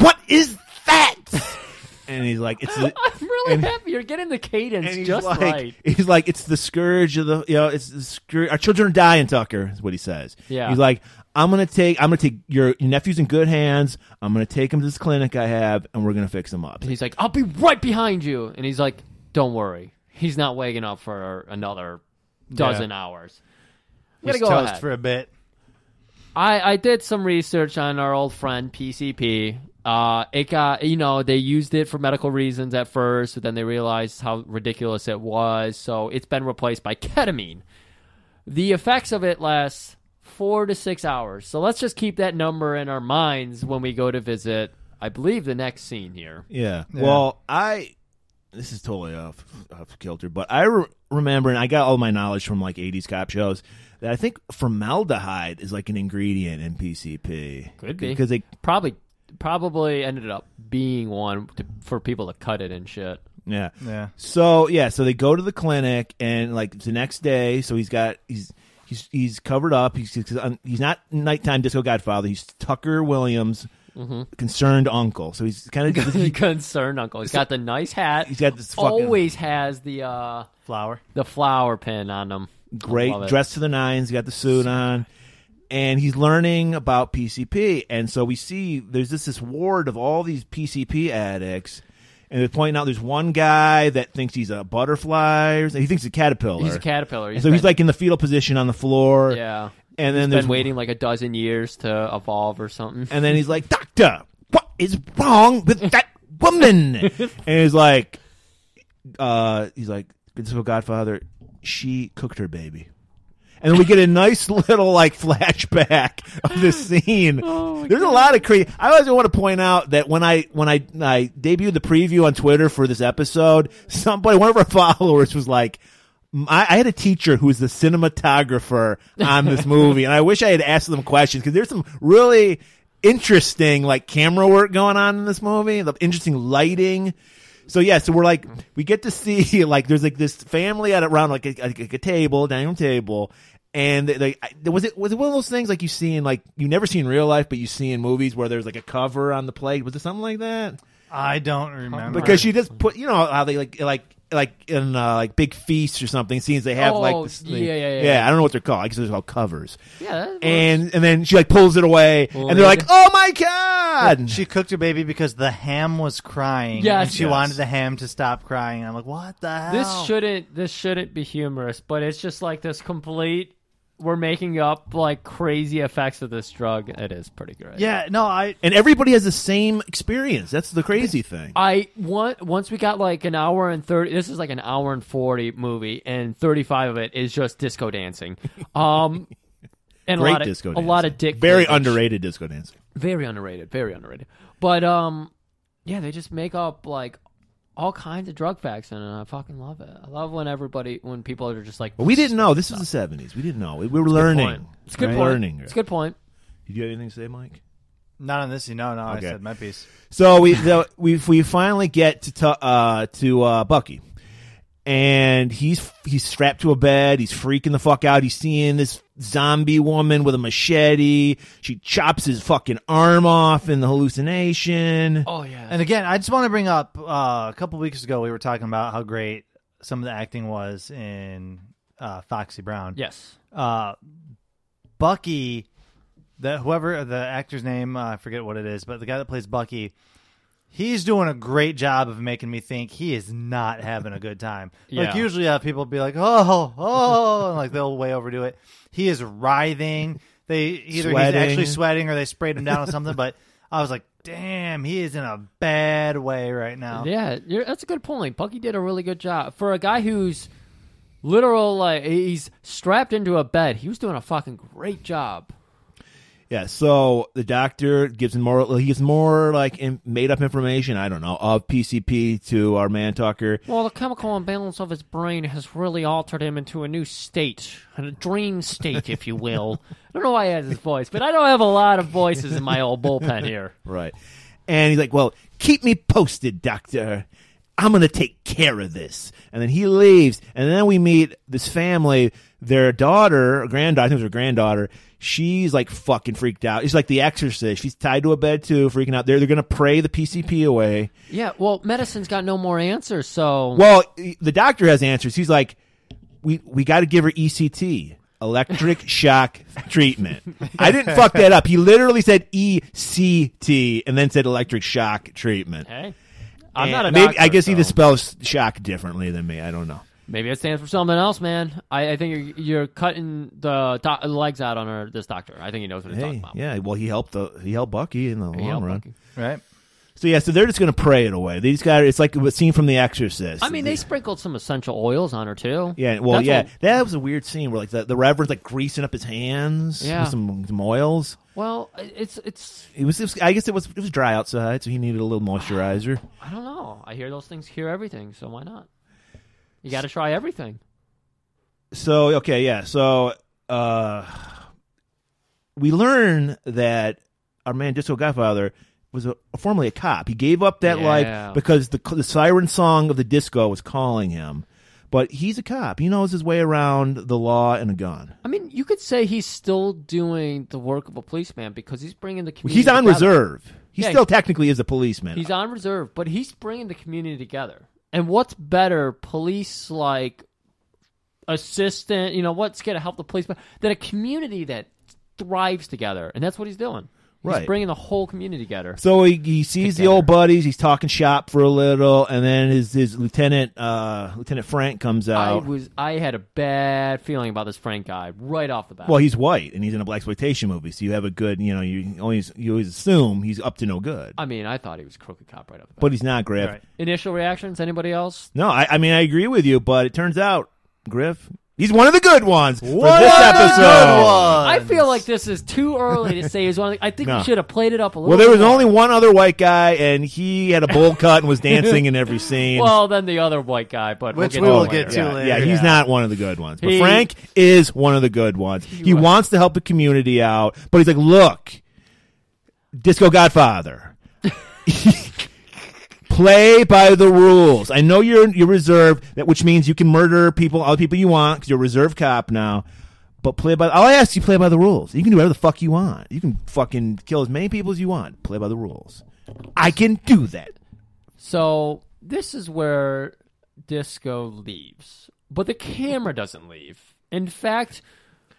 What is that? and he's like, "It's." The,
I'm really
and-
happy you're getting the cadence
and he's
just
like,
right.
He's like, "It's the scourge of the you know, it's the scourge. Our children are dying, Tucker." Is what he says.
Yeah.
He's like, "I'm gonna take, I'm gonna take your, your nephew's in good hands. I'm gonna take him to this clinic I have, and we're gonna fix him up."
And he's like, "I'll be right behind you." And he's like, "Don't worry, he's not waking up for another dozen hours." I'm
He's
gonna go
toast
ahead.
for a bit.
I, I did some research on our old friend PCP. Uh, it got you know they used it for medical reasons at first, but then they realized how ridiculous it was, so it's been replaced by ketamine. The effects of it last four to six hours, so let's just keep that number in our minds when we go to visit. I believe the next scene here.
Yeah. Well, I this is totally off off kilter, but I re- remember, and I got all my knowledge from like '80s cop shows that I think formaldehyde is like an ingredient in PCP.
Could be.
because they
probably probably ended up being one to, for people to cut it and shit.
yeah
Yeah.
So yeah, so they go to the clinic and like the next day, so he's got he's. He's, he's covered up. He's he's, he's not nighttime disco godfather. He's Tucker Williams,
Mm-hmm.
concerned uncle. So he's kind of
Concerned uncle. He's got the nice hat.
He's got this fucking-
always has the uh
Flour.
the flower pin on him.
great
Love it.
dressed to the nines got the suit on and he's learning about pcp and so we see there's just this ward of all these pcp addicts and they're pointing out there's one guy that thinks he's a butterfly or something. he thinks he's a caterpillar
He's a caterpillar.
and so he's
been-
like in the fetal position on the floor
yeah.
and then
He's
there's
been waiting like a dozen years to evolve or something.
and then he's like doctor what is wrong with that woman and he's like uh he's like Disco Godfather, she cooked her baby. And then we get a nice little like flashback of this scene. There's a lot of crazy. I always want to point out that when I when I I debuted the preview on Twitter for this episode, somebody one of our followers was like. I, I had a teacher who was the cinematographer on this movie, and I wish I had asked them questions because there's some really interesting like camera work going on in this movie, the interesting lighting. So yeah, so we're like we get to see like there's like this family at around like a, like a table, dining room table, and they, they, I- was it was it one of those things like you see in like you never see in real life, but you see in movies where there's like a cover on the plate. Was it something like that?
I don't remember
Because she just put you know how they like like like in uh, like big feasts or something scenes they have like
Oh,
this thing.
yeah, yeah, yeah.
yeah I don't know what they're called. I guess they're called covers.
Yeah, that works.
and and then she like pulls it away, and they're like,
Lid.
oh my god,
She cooked her baby because the ham was crying.
Yes.
and she
Yes.
wanted the ham to stop crying. I'm like, what the hell?
this shouldn't this shouldn't be humorous, but it's just like this complete we're making up like crazy effects of this drug. It is pretty great.
Yeah, no, I.
and everybody has the same experience. That's the crazy thing.
I want once we got like an hour and thirty. This is like an hour and forty movie, and thirty-five of it is just disco dancing. Um, and a
Great
lot of
disco
a lot of
dancing.
dick.
Very
cleavage.
underrated disco dancing.
Very underrated. Very underrated. But um, yeah, they just make up like all kinds of drug facts, in it, and I fucking love it. I love when everybody, when people are just like,
But we didn't know. This was the seventies. We didn't know. We we were learning.
It's a good
Right?
point.
Learning.
It's a good point.
Did you have anything to say, Mike?
Not on this, you know. No,
Okay.
I said my piece.
So we the, we we finally get to tu- uh, to uh, Bucky, and he's he's strapped to a bed. He's freaking the fuck out. He's seeing this zombie woman with a machete. She chops his fucking arm off in the hallucination.
Oh yeah,
And again, I just want to bring up uh, a couple weeks ago we were talking about how great some of the acting was in uh, Foxy Brown.
yes,
uh, Bucky, the whoever the actor's name, uh, I forget what it is, but the guy that plays Bucky, he's doing a great job of making me think he is not having a good time. Like
Yeah.
usually, uh, people be like, "Oh, oh," and like they'll way overdo it. He is writhing. They either
Sweating.
he's actually sweating or they sprayed him down or something. But I was like, "Damn, he is in a bad way right now."
yeah. You're, that's a good point. Bucky did a really good job for a guy who's literal like he's strapped into a bed. He was doing a fucking great job.
Yeah. So the doctor gives him more. He gives more like in, made up information. I don't know of PCP to our man Tucker.
Well, the chemical imbalance of his brain has really altered him into a new state, a dream state, if you will. I don't know why he has his voice, but I don't have a lot of voices in my old bullpen here.
Right. And he's like, Well, keep me posted, doctor. I'm going to take care of this. And then he leaves. And then we meet this family. Their daughter, or granddaughter, I think it was her granddaughter, she's like fucking freaked out. She's like the exorcist. She's tied to a bed too, freaking out. They're, they're going to pray the PCP away.
Yeah, well, medicine's got no more answers, so
Well, the doctor has answers. He's like, we we got to give her ECT, electric shock treatment. I didn't fuck that up. He literally said ECT and then said electric shock treatment.
hey, Eh, I'm
And
not a
maybe,
doctor,
I guess he
so-
just spells shock differently than me. I don't know.
Maybe it stands for something else, man. I, I think you're, you're cutting the do- legs out on her, this doctor. I think he knows what he's talking
Hey,
about.
yeah. Well, he helped the he helped Bucky in the
He
long
helped
run.
Bucky.
Right?
So yeah, so they're just gonna pray it away. They just got it's like a scene from The Exorcist.
I mean, they sprinkled some essential oils on her too.
yeah, well,
That's
yeah,
what-
that was a weird scene where like the, the reverend's like greasing up his hands
Yeah.
with some, some oils.
well, it's it's.
It was, it was- I guess it was it was dry outside, so he needed a little moisturizer.
I don't know. I hear those things, hear everything. So why not? You got to try everything.
So okay, yeah. So uh, we learn that our man Disco Godfather was a, formerly a cop. He gave up that
Yeah.
life because the the siren song of the disco was calling him. But he's a cop. He knows his way around the law and a gun.
I mean, you could say he's still doing the work of a policeman because he's bringing the community.
He's on
together.
reserve. He
Yeah,
still technically is a policeman.
He's on reserve, but he's bringing the community together. And what's better, police like assistant? You know, what's going to help the police better than a community that thrives together? And that's what he's doing.
Right.
He's bringing the whole community together.
So he, he sees the
Together.
old buddies. He's talking shop for a little, and then his his lieutenant uh, Lieutenant Frank comes
I
out.
was I had a bad feeling about this Frank guy right off the bat.
Well, he's white and he's in a black exploitation movie, so you have a good, you know, you always you always assume he's up to no good,
I mean, I thought he was crooked cop right off the bat.
but he's not Griff.
Right.
Initial reactions? Anybody else?
No, I, I mean I agree with you, but it turns out Griff, he's one of the good ones
One
for this
of the
episode.
good ones.
I feel like this is too early to say he's one. Of the, I think
Uh, No.
we should have played it up a little.
Well, there was
more.
only one other white guy, and he had a bowl cut and was dancing in every scene.
Well, then the other white guy, but
Which
we'll get
we
to
will
that
get
later.
to.
yeah,
later.
yeah, he's
Yeah.
not one of the good ones, but
He-
Frank is one of the good ones. He
was.
wants to help the community out, but he's like, look, Disco Godfather, play by the rules. I know you're you're reserved, that which means you can murder people, all the people you want, because you're a reserve cop now. But play by. All I ask you, play by the rules. You can do whatever the fuck you want. You can fucking kill as many people as you want. Play by the rules. I can do that.
So this is where Disco leaves, but the camera doesn't leave. In fact,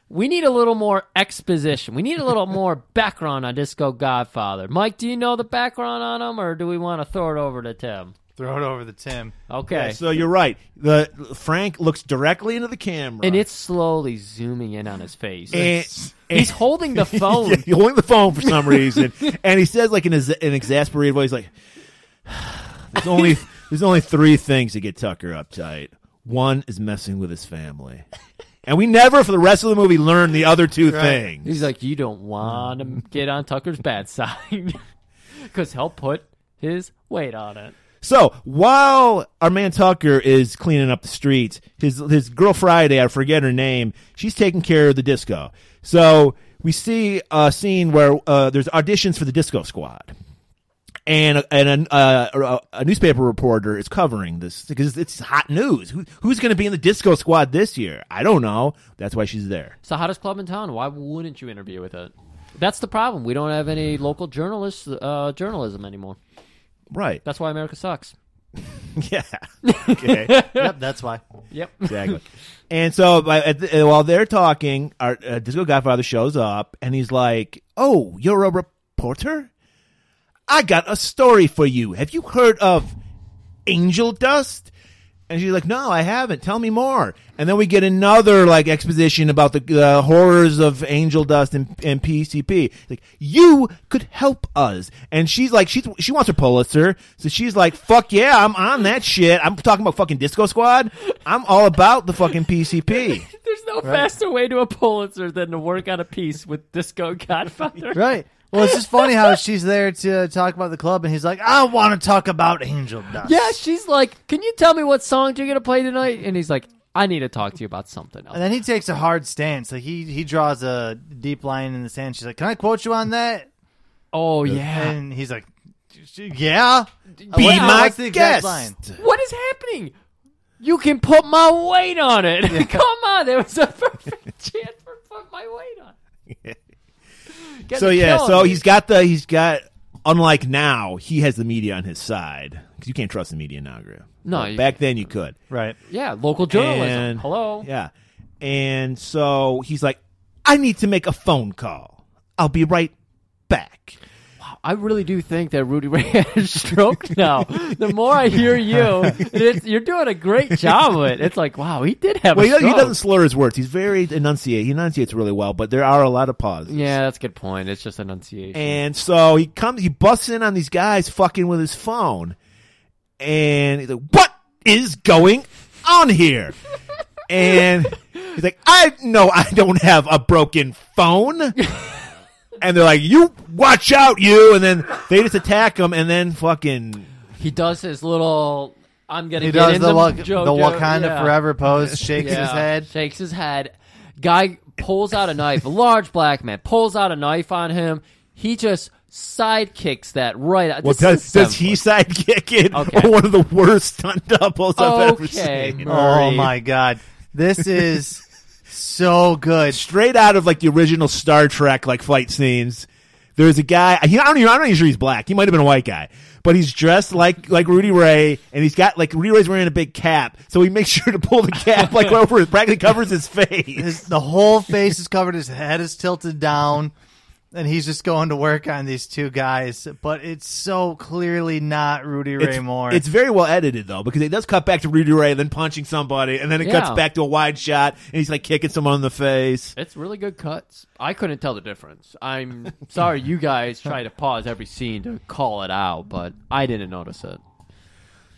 we need a little more exposition. We need a little more background on Disco Godfather. Mike, do you know the background on him, or do we want to throw it over to Tim?
Throw it over the Tim.
Okay.
So you're right. The Frank looks directly into the camera,
and it's slowly zooming in on his face.
And-
He's holding the phone.
Eh, Yeah, he's holding the phone for some reason, and he says like in his, an exasperated voice, like, "There's only there's only three things that get Tucker uptight. One is messing with his family, and we never for the rest of the movie learn the other two things."
Mm.
He's like, you don't want to get on Tucker's bad side. because he'll put his weight on it.
So while our man Tucker is cleaning up the streets, his his girl Friday, I forget her name, she's taking care of the disco. So we see a scene where uh, there's auditions for the disco squad, and and a, uh, a newspaper reporter is covering this because it's hot news. Who, who's going to be in the disco squad this year? I don't know. That's why she's there.
It's the hottest club in town. Why wouldn't you interview with it? That's the problem. We don't have any local journalists, uh, journalism anymore.
Right.
That's why America sucks.
Yeah. Okay.
Yep, that's why.
Yep.
exactly. and so by, at the, uh, while they're talking, our uh, Disco Godfather shows up and he's like, "Oh, you're a reporter? I got a story for you. Have you heard of angel dust?" And she's like, "No, I haven't. Tell me more." And then we get another like exposition about the uh, horrors of angel dust and, and PCP. Like, you could help us. And she's like, she she wants her Pulitzer, so she's like, "Fuck yeah, I'm on that shit. I'm talking about fucking Disco Squad. I'm all about the fucking PCP."
There's no faster way to a Pulitzer than to work on a piece with Disco Godfather.
Right. Well, it's just funny how she's there to talk about the club, and he's like, "I want to talk about Angel Dust."
Yeah, she's like, "Can you tell me what song you're gonna play tonight?" And he's like, "I need to talk to you about something else."
And then he takes a hard stance. Like he he draws a deep line in the sand. She's like, "Can I quote you on that?"
oh yeah,
And he's like, "Yeah."
Be
What-
my
what's the exact
guest.
line?
what is happening? You can put my weight on it. Come on, there was a perfect chance for put my weight on. it. Getting
so yeah,
killed.
so he's got the he's got unlike now he has the media on his side because you can't trust the media now, Griff.
No, you
back then you could.
Right.
yeah, local journalism.
And-
Hello.
Yeah. And so he's like, I need to make a phone call. I'll be right back.
I really do think that Rudy Ray had a stroke now. the more I hear you, it's, you're doing a great job of it. It's like, wow, he did have
Well,
a
he, doesn't-
stroke.
he doesn't slur his words. He's very enunciate. He enunciates really well, but there are a lot of pauses.
Yeah, that's a good point. It's just enunciation.
And so he comes, he busts in on these guys fucking with his phone. And he's like, What is going on here? and he's like, I no, I don't have a broken phone. and they're like, You watch out, you. And then they just attack him and then fucking.
he does his little. I'm gonna
He
get
does
in
the,
the,
Wak- the
JoJo.
Wakanda
Yeah.
Forever pose, shakes
Yeah.
his head.
Shakes his head. Guy pulls out a knife. A large black man pulls out a knife on him. He just sidekicks that right. out-
Well,
This is
does, does
seven
he
foot.
sidekick it?
Okay.
One of the worst stunt doubles I've ever
Okay.
seen.
Oh
Murray.
my god, this is so good.
straight out of like the original Star Trek like fight scenes. There's a guy. I don't even. I'm not even sure he's black. He might have been a white guy, but he's dressed like like Rudy Ray, and he's got like Rudy Ray's wearing a big cap, so he makes sure to pull the cap like over. It practically covers his face.
His, the whole face is covered. His head is tilted down, and he's just going to work on these two guys. But it's so clearly not Rudy Ray
It's,
Moore.
it's very well edited though, because it does cut back to Rudy Ray then punching somebody, and then it cuts
Yeah.
back to a wide shot, and he's like kicking someone in the face.
It's really good cuts. I couldn't tell the difference. I'm sorry you guys try to pause every scene to call it out, but I didn't notice it.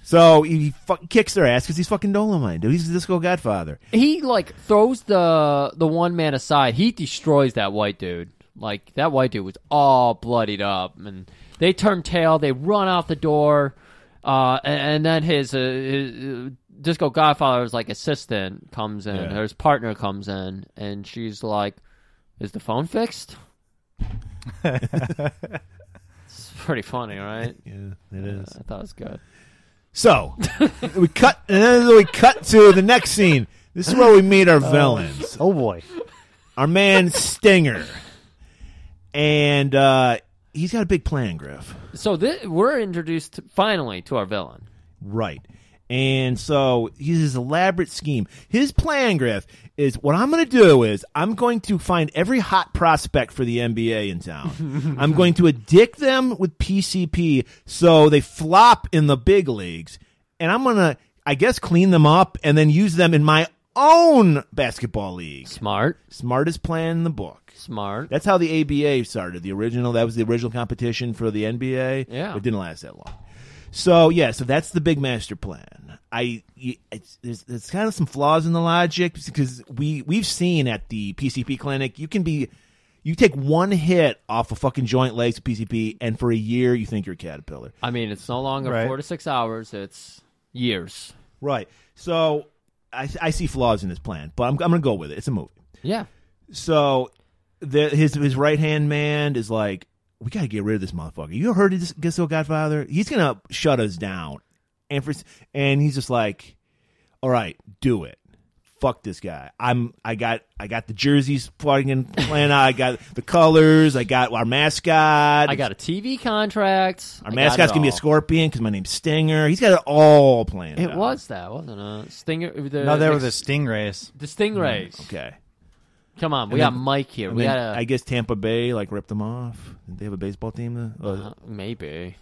So he fuck, kicks their ass because he's fucking Dolomite, dude. He's the Disco Godfather.
He like throws the the one man aside. He destroys that white dude. Like that white dude was all bloodied up, and they turn tail. They run out the door, uh, and, and then his, uh, his uh, Disco Godfather's like assistant comes in.
Yeah.
Or his partner comes in, and she's like, "Is the phone fixed?" it's pretty funny, right?
Yeah, it is.
I thought it was good.
So we cut, and then we cut to the next scene. This is where we meet our villains.
oh boy,
Our man Stinger, and uh, he's got a big plan, Griff.
So thi- we're introduced finally to our villain.
Right. And so he's his elaborate scheme. His plan, Griff, is what I'm going to do is I'm going to find every hot prospect for the NBA in town. I'm going to addict them with PCP so they flop in the big leagues. And I'm going to, I guess, clean them up and then use them in my own basketball league.
Smart,
Smartest plan in the book.
smart.
That's how the ABA started. The original that was the original competition for the NBA.
Yeah.
it didn't last that long. So yeah, so that's the big master plan. I y- it's, there's, there's kind of some flaws in the logic because we we've seen at the PCP clinic you can be You take one hit off a fucking joint legs PCP, and for a year you think you're a caterpillar.
I mean, it's no longer
Right.
four to six hours; it's years.
Right. So I, I see flaws in his plan, but I'm, I'm going to go with it. It's a movie.
Yeah,
So the, his his right hand man is like, we got to get rid of this motherfucker. You heard of this Gisco Godfather? He's gonna shut us down, and for and he's just like, all right, do it. Fuck this guy. I'm. I got. I got the jerseys fucking playing out. I got the colors. I got our mascot.
I got a TV contract.
our
I got
mascot's
it
gonna be a
all.
scorpion because my name's Stinger. He's got it all planned.
It
out.
was that, wasn't it? Stinger. The,
No, there were
next-
the stingrays.
the Stingrays.
Mm, okay.
Come on, we
And
got
then-
Mike here.
And
We
then
got a
I guess Tampa Bay like ripped them off. Did they have a baseball team? Uh,
uh, maybe.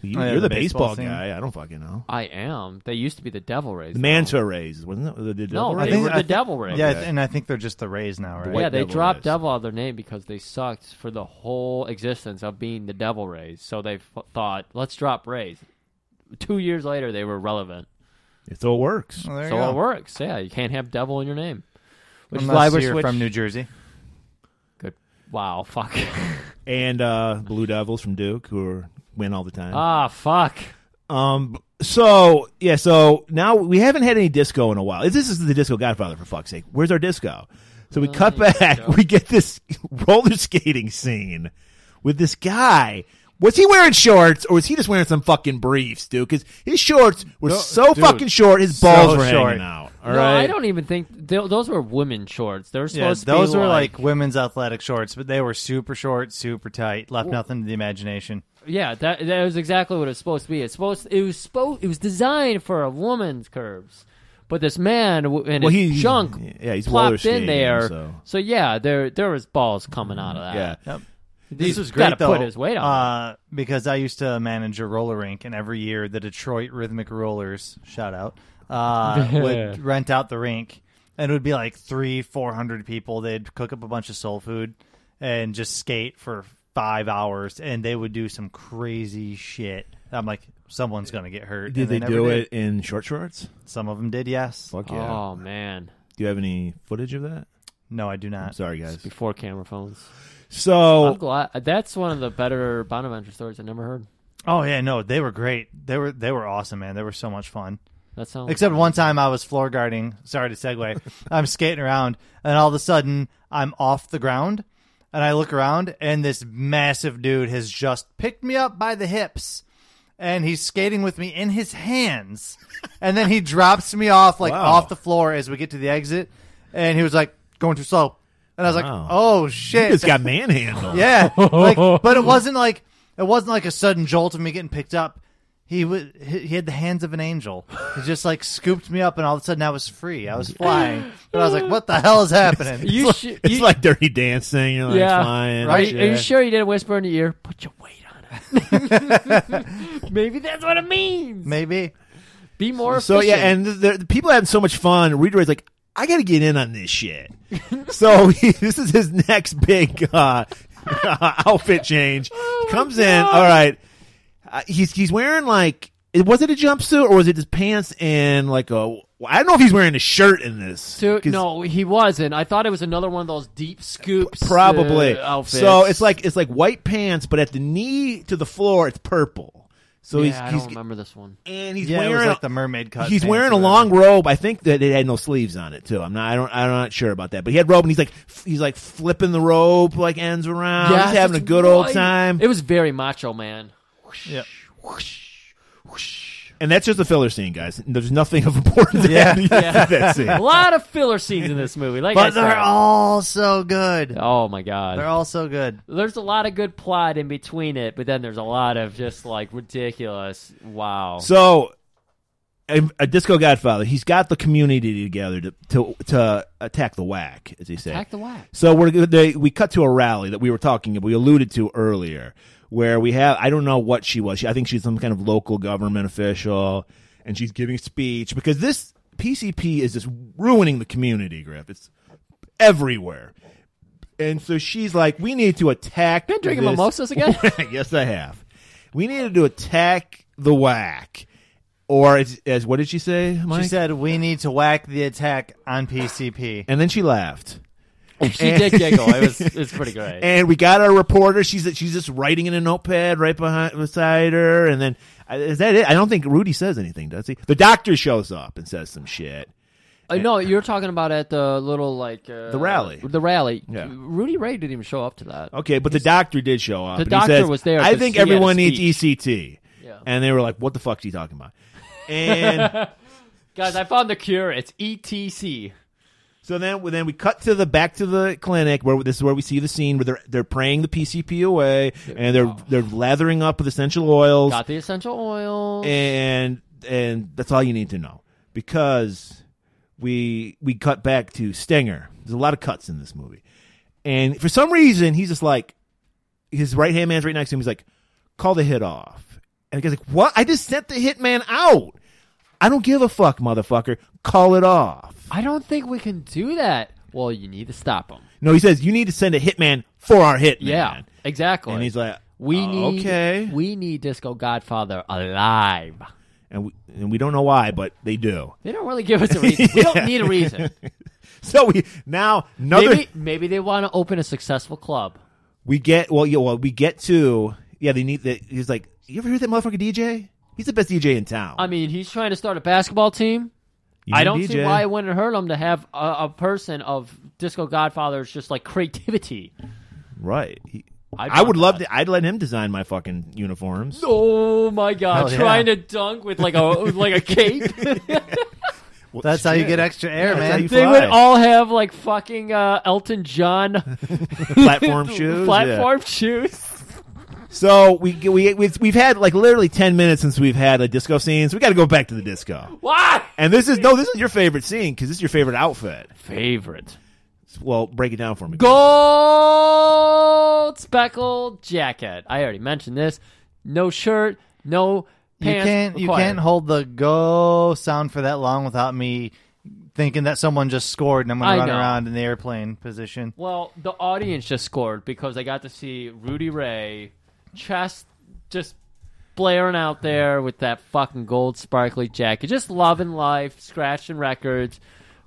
You,
Oh, yeah,
are the,
the
baseball,
baseball team.
guy. I don't fucking know.
I am. They used to be the Devil Rays.
The Manta Rays, wasn't it? The, the Devil
No,
Rays?
they were the Devil Rays.
Yeah,
Okay.
and I think they're just the Rays now, right?
White
yeah, they
Devil
dropped
Rays.
Devil out of their name because they sucked for the whole existence of being the Devil Rays. So they f- thought, let's drop Rays. Two years later, they were relevant.
So it works.
Well, there you
so
go.
it works. Yeah, you can't have Devil in your name. Which is
Unless
why we're
you're
switch-
from New Jersey.
Good. Wow, fuck.
And uh, Blue Devils from Duke, who are, win all the time.
ah, fuck.
um. So yeah. So now we haven't had any disco in a while. This is the Disco Godfather for fuck's sake. Where's our disco? So we cut back. We get this roller skating scene with this guy. Was he wearing shorts or was he just wearing some fucking briefs, dude? Because his shorts were
No,
so
dude,
fucking short, his balls
so
were
short.
hanging out. All
No,
right.
I don't even think th- those were women shorts. They're
Yeah,
supposed to be
those were like women's athletic shorts, but they were super short, super tight, left nothing to the imagination.
Yeah, that that was exactly what it's supposed to be. It's supposed it was supposed it was designed for a woman's curves, but this man w- and
Well,
his
he-
junk
yeah, he's roller
plopped in
skating,
there.
so.
yeah, there there was balls coming out of that.
Yeah.
This
He's
is great
gotta
though,
put his weight on.
Uh, because I used to manage a roller rink, and every year the Detroit Rhythmic Rollers shout out uh, would rent out the rink, and it would be like three, four hundred people. They'd cook up a bunch of soul food and just skate for five hours, and they would do some crazy shit. I'm like, someone's gonna get hurt.
Did
and
they,
never
do
did.
it in short shorts?
Some of them did, yes.
Fuck
it.
yeah.
Oh man,
Do you have any footage of that?
No, I do
I'm
not.
sorry, guys.
before camera phones. I'm
So
glad that's one of the better Bonaventure stories I never heard.
Oh yeah, no, they were great. They were they were awesome, man. They were so much fun.
That sounds
Except one time I was floor guarding. Sorry to segue. I'm skating around, and all of a sudden I'm off the ground, and I look around, and this massive dude has just picked me up by the hips, and he's skating with me in his hands, and then he drops me off like
Wow.
off the floor as we get to the exit, and he was like going too slow, and I was
Wow.
like, oh shit,
it's got manhandled.
yeah, like, but it wasn't like it wasn't like a sudden jolt of me getting picked up. He was he had the hands of an angel. He just like scooped me up, and all of a sudden I was free. I was flying, but I was like, "What the hell is happening?"
You sh-
It's
you-
like dirty dancing. You're like
yeah.
flying.
Are,
Right?
you, are you
Yeah.
sure you didn't whisper in your ear? Put your weight on it. Maybe that's what it means.
Maybe
Be more
So yeah,
efficient.
and the, the people having so much fun. Reader's like, I got to get in on this shit. so he, this is his next big uh, outfit change. He comes in. All right, uh, he's he's wearing like. it- Was it a jumpsuit or was it just pants and like a? I don't know if he's wearing a shirt in this.
Dude,
'cause-
no, he wasn't. I thought it was another one of those deep scoops.
probably
uh, outfits.
so it's like it's like white pants but at the knee to the floor it's purple so
yeah,
he's,
I
he's
don't remember this one.
and he's
yeah,
wearing
it was like
a-
the mermaid cut.
he's
pants
wearing
or
a
whatever.
long robe i think that it had no sleeves on it too i'm not i don't i'm not sure about that but he had robe and he's like f- he's like flipping the robe like ends around
Yeah,
he's having a good old time
It was very macho, man.
Yeah.
and that's just a filler scene guys there's nothing of importance
Yeah.
in that scene
A lot of filler scenes in this movie. Like, I
But
said.
they're all so good.
Oh my god.
They're all so good.
there's a lot of good plot in between it, but then there's a lot of just like ridiculous. Wow.
So, a, a disco Godfather, he's got the community together to to, to attack the whack, as he said.
Attack the whack.
So we're they, we cut to a rally that we were talking about, we alluded to earlier, where we have I don't know what she was. She, I think she's some kind of local government official, and she's giving a speech because this PCP is just ruining the community, Griff. It's everywhere. And so she's like, "We need to attack."
Been drinking
this-
mimosas again?
yes, I have. We needed to attack the whack, or as, as what did she say, Mike?
She said we need to whack the attack on PCP.
and then she laughed.
she did giggle. It was it's pretty great.
And we got our reporter. She's she's just writing in a notepad right behind beside her. And then uh, is that it? I don't think Rudy says anything, does he? The doctor shows up and says some shit.
Uh, no, you're talking about at the little like uh,
The rally.
The rally.
Yeah.
Rudy Ray didn't even show up to that.
Okay, but the doctor did show up.
The
and he
doctor
says,
was there
I
'cause
think
he had a
everyone needs
speech."
ECT.
Yeah.
And they were like, "What the fuck's he talking about?" And
Guys, I found the cure. It's E ETC.
so then, then we cut to the back to the clinic where this is where we see the scene where they're they're praying the PCP away and they're they're lathering up with essential oils.
Got the essential oils.
and and that's all you need to know because we we cut back to Stinger. There's a lot of cuts in this movie, and for some reason he's just like his right hand man's right next to him. He's like, "Call the hit off," and the guy's like, "What? I just sent the hitman out. I don't give a fuck, motherfucker. Call it off."
I don't think we can do that. Well, you need to stop them.
No, he says you need to send a hitman for our hitman.
Yeah, exactly.
and he's like,
we
"Oh,
need
okay,"
we need Disco Godfather alive.
and we, and we don't know why, but they do.
They don't really give us a reason. We don't need a reason.
So we now another.
Maybe maybe they want to open a successful club.
We get well, yeah, well, we get to yeah. They need that. He's like, you ever hear that motherfucker DJ? He's the best DJ in town.
I mean, he's trying to start a basketball team.
He's
Um, I
a
don't see
DJ.
why it wouldn't hurt him to have a, a person of Disco Godfather's just like creativity.
Right. He,
I'd
I would
want
love
that.
to. I'd let him design my fucking uniforms.
Oh my god!
Hell yeah.
Trying to dunk with like a with like a cape.
Well,
That's how you
shit.
get extra air,
that's how
man.
you
they
fly.
would all have like fucking uh, Elton John
platform shoes. yeah.
platform shoes.
So we get- we we- we've had like literally ten minutes since we've had a disco scene. So we got to go back to the disco.
Why?
And this is no, this is your favorite scene because this is your favorite outfit.
Favorite
Well, break it down for me.
gold speckled jacket. I already mentioned this. No shirt, no
You
pants.
can't you
required.
can't hold the go sound for that long without me thinking that someone just scored and I'm
I
gonna run
know.
around in the airplane position.
Well, the audience just scored because they got to see Rudy Ray chest just blaring out there with that fucking gold sparkly jacket, just loving life, scratching records,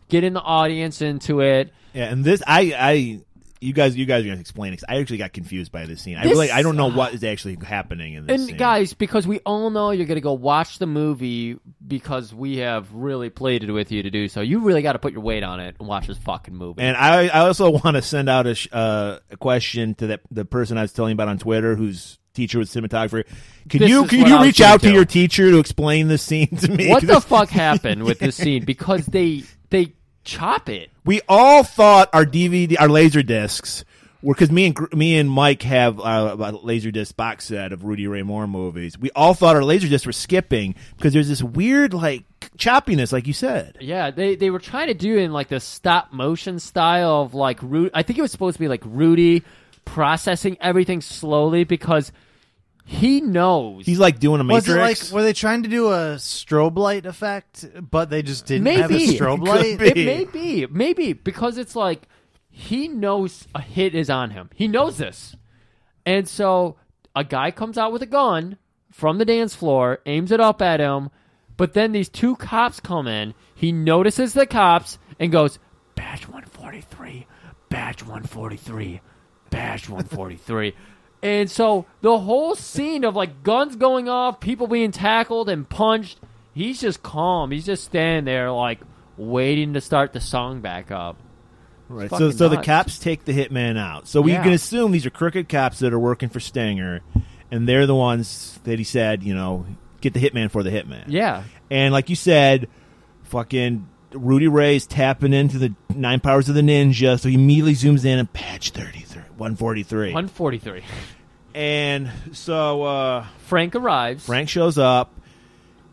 getting the audience into it.
Yeah, and this I I you guys you guys are gonna explain it. 'cause I actually got confused by this scene. I
This-
really I don't know what is actually happening in this.
And
scene.
guys, because we all know you're gonna go watch the movie because we have really pleaded with you to do so. You really got to put your weight on it and watch this fucking movie.
And I, I also want to send out a, sh- uh, a question to that the person I was telling you about on Twitter, whose teacher was cinematographer. Can
This
you
is
can
what I
you
was
reach
gonna
out to
do.
your teacher to explain this scene to me?
what the
'Cause
fuck happened with this scene? Because they they chop it.
we all thought our DVD, our laser discs, were because me and Gr- me and Mike have uh, a laser disc box set of Rudy Ray Moore movies. We all thought our laser discs were skipping because there's this weird like choppiness, like you said.
Yeah, they they were trying to do in like the stop motion style of like Ru- I think it was supposed to be like Rudy processing everything slowly because he knows.
He's like doing a matrix.
Was it like were they trying to do a strobe light effect, but they just didn't have a
Maybe.
strobe
Could
light?
be.
it may be, maybe because it's like he knows a hit is on him. He knows this, and so a guy comes out with a gun from the dance floor, aims it up at him, but then these two cops come in. He notices the cops and goes, "Badge one forty three, badge one forty three, badge one forty three. And so the whole scene of like guns going off, people being tackled and punched, he's just calm. He's just standing there like waiting to start the song back up.
Right. So,
fucking
so the
nuts.
cops take the hitman out. So we
Yeah.
can assume these are crooked cops that are working for Stanger, and they're the ones that he said, you know, get the hitman for the hitman.
Yeah.
And like you said, fucking Rudy Ray's tapping into the nine powers of the ninja, so he immediately zooms in and patch 33, 143.
143.
and so uh,
Frank arrives.
Frank shows up,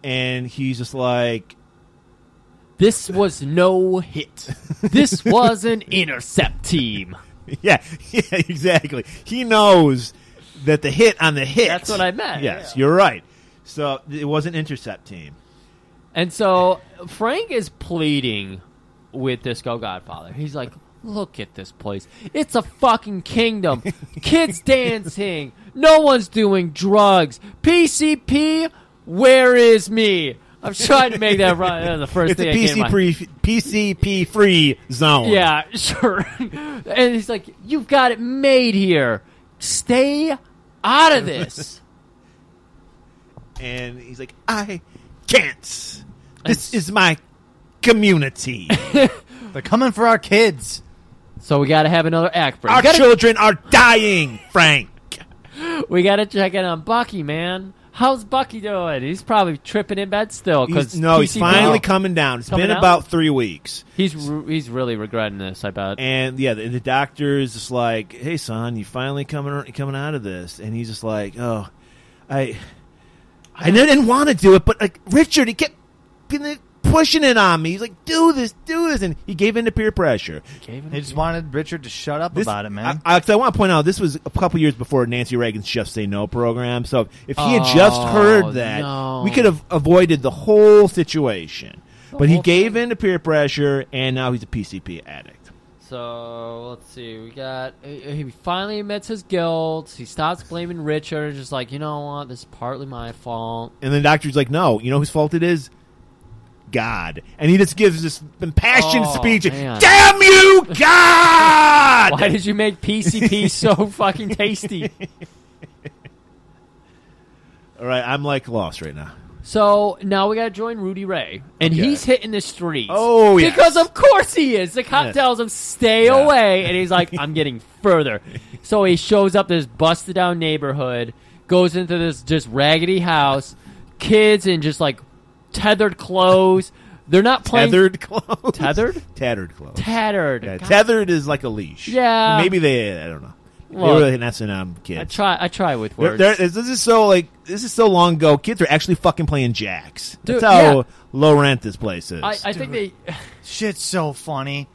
and he's just like,
This was no hit. This was an intercept team.
yeah, yeah, exactly. He knows that the hit on the hit.
That's what I meant.
Yes, you're right. So it was an intercept team.
And so Frank is pleading with Disco Godfather. He's like, look at this place. It's a fucking kingdom. Kids dancing. No one's doing drugs. PCP, where is me? I'm trying to make that right. That was the first
It's a
thing that came to
PC
my-
pre- PCP free zone.
Yeah, sure. and he's like, "You've got it made here. Stay out of this."
and he's like, I can't. This is my community.
They're coming for our kids.
so we got to have another act break.
Our
We gotta-
children are dying, Frank.
We got to check in on Bucky, man. How's Bucky doing? He's probably tripping in bed still. Because
He's- no, he's finally coming down. It's
Coming
been
down?
about three weeks.
He's re- he's really regretting this. I bet.
And yeah, the, the doctor is just like, "Hey, son, you finally coming ar- coming out of this?" And he's just like, "Oh, I, I didn't want to do it, but like Richard, he kept been pushing it on me. He's like, do this, do this,' and he gave in to peer pressure.
Gave him-
They just wanted Richard to shut up
This-
about it, man.
I, I, 'cause I want to point out this was a couple years before Nancy Reagan's "Just Say No" program. So if he had just
Oh,
heard that,
no.
we could have avoided the whole situation. but he
whole
gave in to peer pressure, and now he's a PCP addict.
So let's see. We got he he finally admits his guilt. He stops blaming Richard. Just like you know what, this is partly my fault.
And the doctor's like, "No, you know whose fault it is." God, and he just gives this impassioned
Oh,
speech.
man.
Damn you, God!
Why did you make PCP so fucking tasty?
All right, I'm like lost right now.
So now we got to join Rudy Ray, and
Okay.
he's hitting the streets.
Oh, yes.
because of course he is. The cop
Yeah.
tells him stay
Yeah.
away, and he's like, "I'm getting further." So he shows up this busted down neighborhood, goes into this just raggedy house, kids in just like tethered clothes. They're not playing
Tethered clothes.
Tethered?
Tattered clothes.
tattered.
Yeah,
God,
tethered is like a leash.
Yeah.
maybe they. I don't know.
Look.
they were like an S and M um, kids.
I try. I try with
They're-
words.
they're- this is so like this is so long ago. Kids are actually fucking playing jacks. That's
Dude,
how
yeah.
low rent this place is.
I, I think they.
Shit's so funny.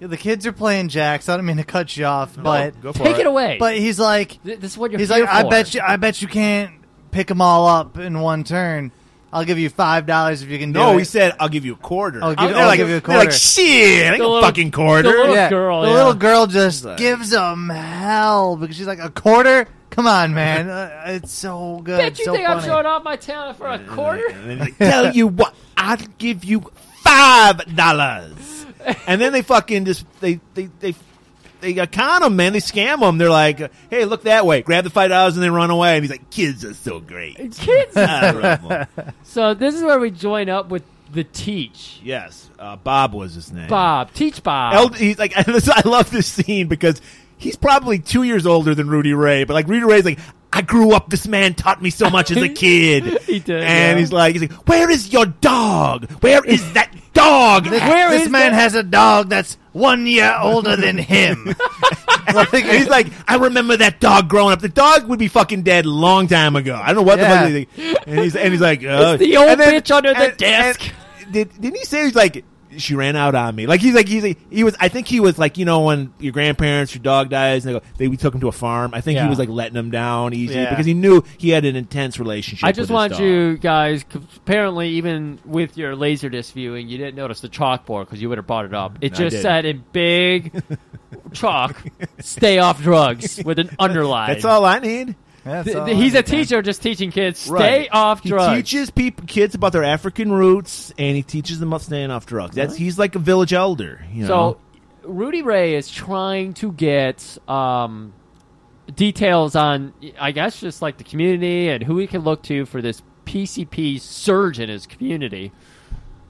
Yeah, The kids are playing jacks. I don't mean to cut you off, but
go for
Take it away.
but he's like
Th- this is what you're.
he's
here
like I
for.
bet you I bet you can't pick them all up in one turn. I'll give you five dollars if you can do
no,
it.
he said, "I'll give you a quarter."
I'll give-
They're
I'll
like,
give you a
they're like,
quarter.
shit, I ain't
The
a
little-
fucking quarter.
the little-
yeah.
girl,
The
yeah.
little girl just
like-
gives them hell because she's like a quarter. Come on, man, Uh, it's so good.
Bet you
so
think I'm
funny.
showing off my talent for a quarter?
And then he's like, tell you what, I'll give you five dollars. And then they fucking just they they they they uh, con him, man. They scam him. They're like, "Hey, look that way. Grab the five dollars and then run away." And he's like, "Kids are so great."
Kids
I love 'em.
So this is where we join up with the teach.
Yes, uh, Bob was his name.
Bob, teach Bob.
El- he's like, I love this scene because he's probably two years older than Rudy Ray, but like Rudy Ray's like, I grew up. This man taught me so much as a kid.
He did,
and
yeah.
he's like, he's like, where is your dog? Where is that dog?
Where
this
is
man
that-
has a dog that's one year older than him.
And he's like, I remember that dog growing up. The dog would be fucking dead long time ago. I don't know what
Yeah.
the fuck. They think. And he's and he's like, uh,
the old
and
bitch under the desk.
and did didn't he say he's like? She ran out on me. Like he's like he's like, he was. I think he was like you know when your grandparents your dog dies and they go they we took him to a farm. I think
Yeah.
he was like letting him down easy
Yeah.
because he knew he had an intense relationship.
I
with
just
his
want
dog.
you guys. c- Apparently, even with your laserdisc viewing, you didn't notice the chalkboard because you would have brought it up. It
I
just
did.
said in big chalk, "Stay off drugs" with an underline.
That's all I need.
That's
Th-
all
th-
I
he's a
need, man.
teacher, just teaching kids stay
Right.
off
He
drugs.
teaches people kids about their African roots and he teaches them about staying off drugs. That's he's like a village elder. You know?
So Rudy Ray is trying to get um, details on, I guess, just like the community and who he can look to for this PCP surge in his community.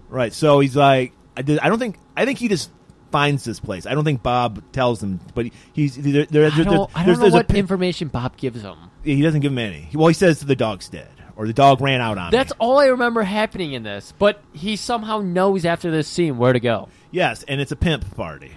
Right. So he's like, I, did, I don't think, I think he just finds this place. I don't think Bob tells him, but he, he's there. there,
I
there
don't, I don't
there's,
know
there's a
what
pi-
information Bob gives him.
he doesn't give him any. Well, he says the dog's dead or the dog ran out on.
That's
me.
all I remember happening in this, but he somehow knows after this scene where to go.
yes, and it's a pimp party.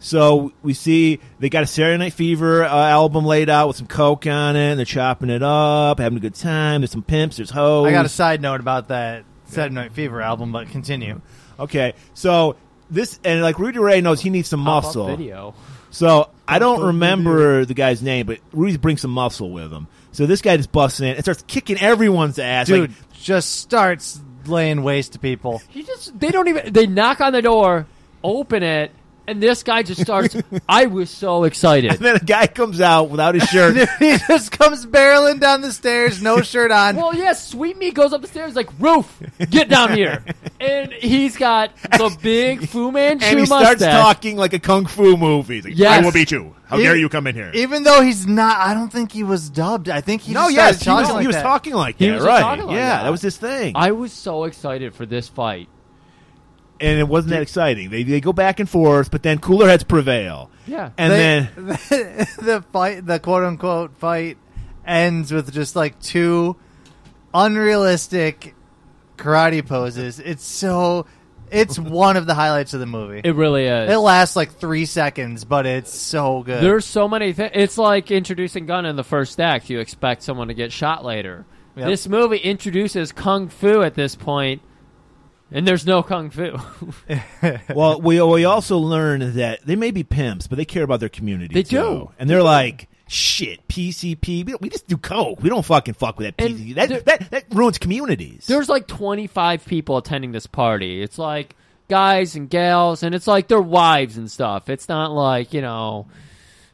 So we see they got a Saturday Night Fever uh, album laid out with some coke on it, and they're chopping it up, having a good time. There's some pimps, there's hoes.
I got a side note about that Saturday Night Fever album, but continue.
okay, so this and like Rudy Ray knows he needs some
Pop-up
muscle.
video.
So I don't remember the guy's name, but Rudy brings some muscle with him. So this guy just busts in and starts kicking everyone's ass.
Dude
like,
just starts laying waste to people.
He just they don't even they knock on the door, open it, And this guy just starts. I was so excited.
And then a guy comes out without his shirt.
he just comes barreling down the stairs, no shirt on.
Well, yes, Sweet Me goes up the stairs like, Roof, get down here. And he's got the big Fu Manchu
and he
mustache.
starts talking like a kung fu movie. He's Like,
Yes.
I will beat you. How
He-
dare you come in here?
Even though he's not, I don't think he was dubbed. I think he
no,
just
yes, he
started
was,
talking like
he was
that.
talking like
He
that,
was just
right?
talking like
yeah,
that.
that. was his thing.
I was so excited for this fight.
and it wasn't that exciting. They, they go back and forth, but then cooler heads prevail.
Yeah.
and
They-
then
the fight, the quote unquote fight, ends with just like two unrealistic karate poses. It's so, it's one of the highlights of the movie.
It really is.
It lasts like three seconds, but it's so good.
There's so many things. It's like introducing gun in the first act. You expect someone to get shot later.
Yep.
This movie introduces kung fu at this point, and there's no kung fu.
well, we we also learn that they may be pimps, but they care about their community.
They
too.
do.
and they're like. Shit, PCP. We, don't- we just do coke. We don't fucking fuck with that
And
PCP.
there-
That, that that ruins communities.
there's like 25 people attending this party. It's like guys and gals, and it's like their wives and stuff. It's not like, you know,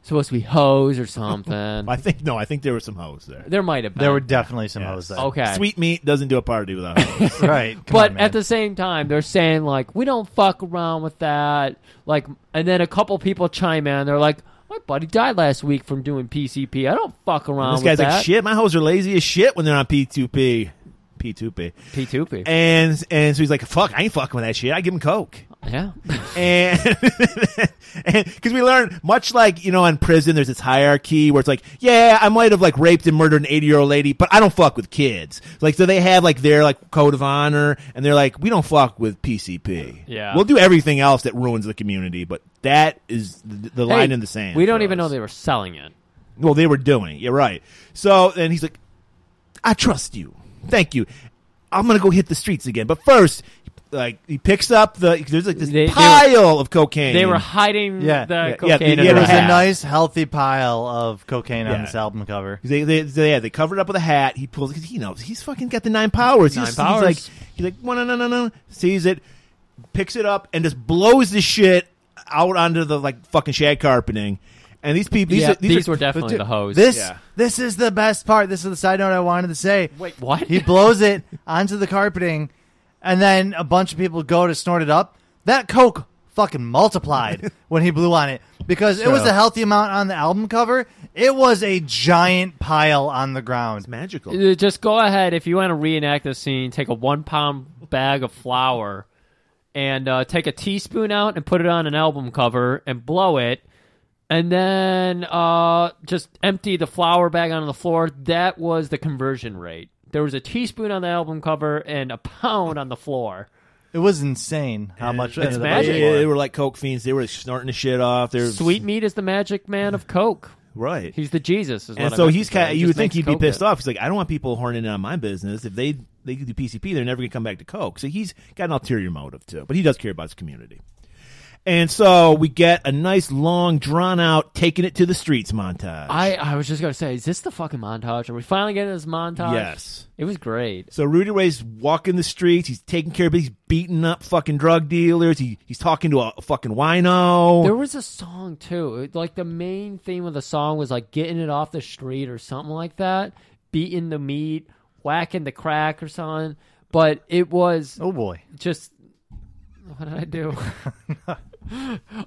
supposed to be hoes or something.
I think no. I think there were some hoes there.
there might have been.
there were definitely some hoes there.
Okay.
Sweet meat doesn't do a party without hoes.
right. Come
but
on,
at
man.
the same time, they're saying like we don't fuck around with that. Like, and then a couple people chime in. They're like, "My buddy died last week from doing PCP. I don't fuck around
this
with
guy's
that."
like, shit. My hoes are lazy as shit when they're on P2P, P2P,
P2P.
and and so he's like, fuck. I ain't fucking with that shit. I give him coke.
yeah,
and because we learn much like you know in prison there's this hierarchy where it's like yeah i might have like raped and murdered an 80 year old lady but i don't fuck with kids like so they have like their like code of honor and they're like we don't fuck with pcp
Yeah.
we'll do everything else that ruins the community but that is the, the line
Hey,
in the sand
We don't
for
even know
us.
they were selling it.
well they were doing it you're right so and he's like i trust you thank you i'm gonna go hit the streets again but first like he picks up the there's like this
They- they were-
pile of cocaine
They were hiding
Yeah.
the
Yeah, yeah,
cocaine.
the-
in
yeah,
their
There was
Yeah.
a
hat.
nice, healthy pile of cocaine on
Yeah.
this album cover.
They, they, they, yeah, they covered it up with a hat. He pulls, cause he knows he's fucking got the nine powers.
Nine
he's,
powers.
He's like, he's like, no, no, no, no, sees it, picks it up, and just blows the shit out onto the like fucking shag carpeting. And these people, these,
Yeah,
are, these,
these
are-
were definitely
dude,
the hoes.
This
Yeah.
this is the best part. This is the side note I wanted to say.
Wait, what?
He blows it onto the carpeting, and then a bunch of people go to snort it up. That coke fucking multiplied when he blew on it because it was
True.
a healthy amount on the album cover. It was a giant pile on the ground.
It's magical.
Uh, Just go ahead if you want to reenact the scene. Take a one pound bag of flour and uh, take a teaspoon out and put it on an album cover and blow it, and then uh, just empty the flour bag onto the floor. That was the conversion rate. There was a teaspoon on the album cover and a pound on the floor.
It was insane how
It's
much ended up on the
magic.
They,
floor.
they were like coke fiends. They were snorting the shit off. They're
Sweet meat is the magic man of Coke.
right?
He's the Jesus. Is
and
what I
so
meant to
he's
say.
kind.
He
You
just
would think
makes
he'd be
Coke
pissed
now.
off. He's like, I don't want people horning in on my business. If they they do PCP, they're never gonna come back to coke. So he's got an ulterior motive too. But he does care about his community. And so we get a nice long drawn out taking it to the streets montage.
I, I was just gonna say, is this the fucking montage? Are we finally getting this montage?
Yes.
It was great.
So Rudy Ray's walking the streets. He's taking care of. He's beating up fucking drug dealers. He he's talking to a, fucking wino.
There was a song too. It- Like the main theme of the song was like getting it off the street or something like that, beating the meat, whacking the crack or something. But it was
Oh boy.
just what did I do?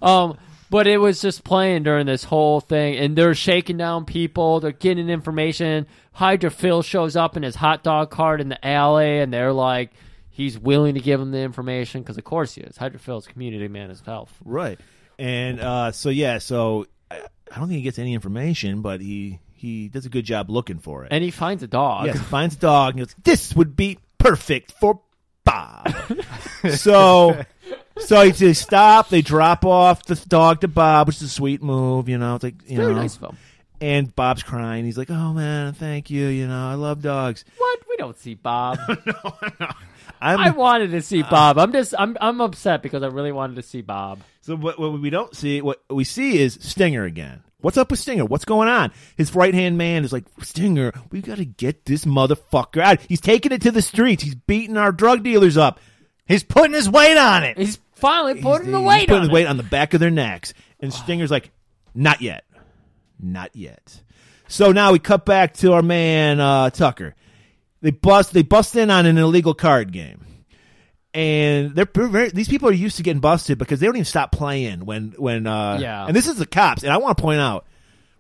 um, but it was just playing during this whole thing, and they're shaking down people. They're getting information. Hydra Phil shows up in his hot dog cart in the alley, and they're like, he's willing to give them the information because, of course, he is. Hydra Phil's community man himself.
Right. And uh, so yeah, so I, I don't think he gets any information, but he he does a good job looking for it.
And he finds a dog.
Yes, finds a dog and goes, "This would be perfect for Bob." so, so he says, "Stop!" They drop off the dog to Bob, which is a sweet move. You know, it's like you
Very
know,
nice film.
and Bob's crying. He's like, "Oh man, thank you. You know, I love dogs."
What? We don't see Bob.
I'm
I wanted to see Bob. I'm just I'm I'm upset because I really wanted to see Bob.
so what, what we don't see, what we see is Stinger again. What's up with Stinger? What's going on? His right hand man is like, Stinger, we got to get this motherfucker out. He's taking it to the streets. He's beating our drug dealers up.
He's putting his weight on it.
He's finally putting the
he's
weight
putting
on
his
it.
weight on the back of their necks. And Stinger's like, not yet. Not yet. So now we cut back to our man uh, Tucker. They bust they bust in on an illegal card game. And they're pre- very, these people are used to getting busted because they don't even stop playing when when uh
Yeah.
and this is the cops and I want to point out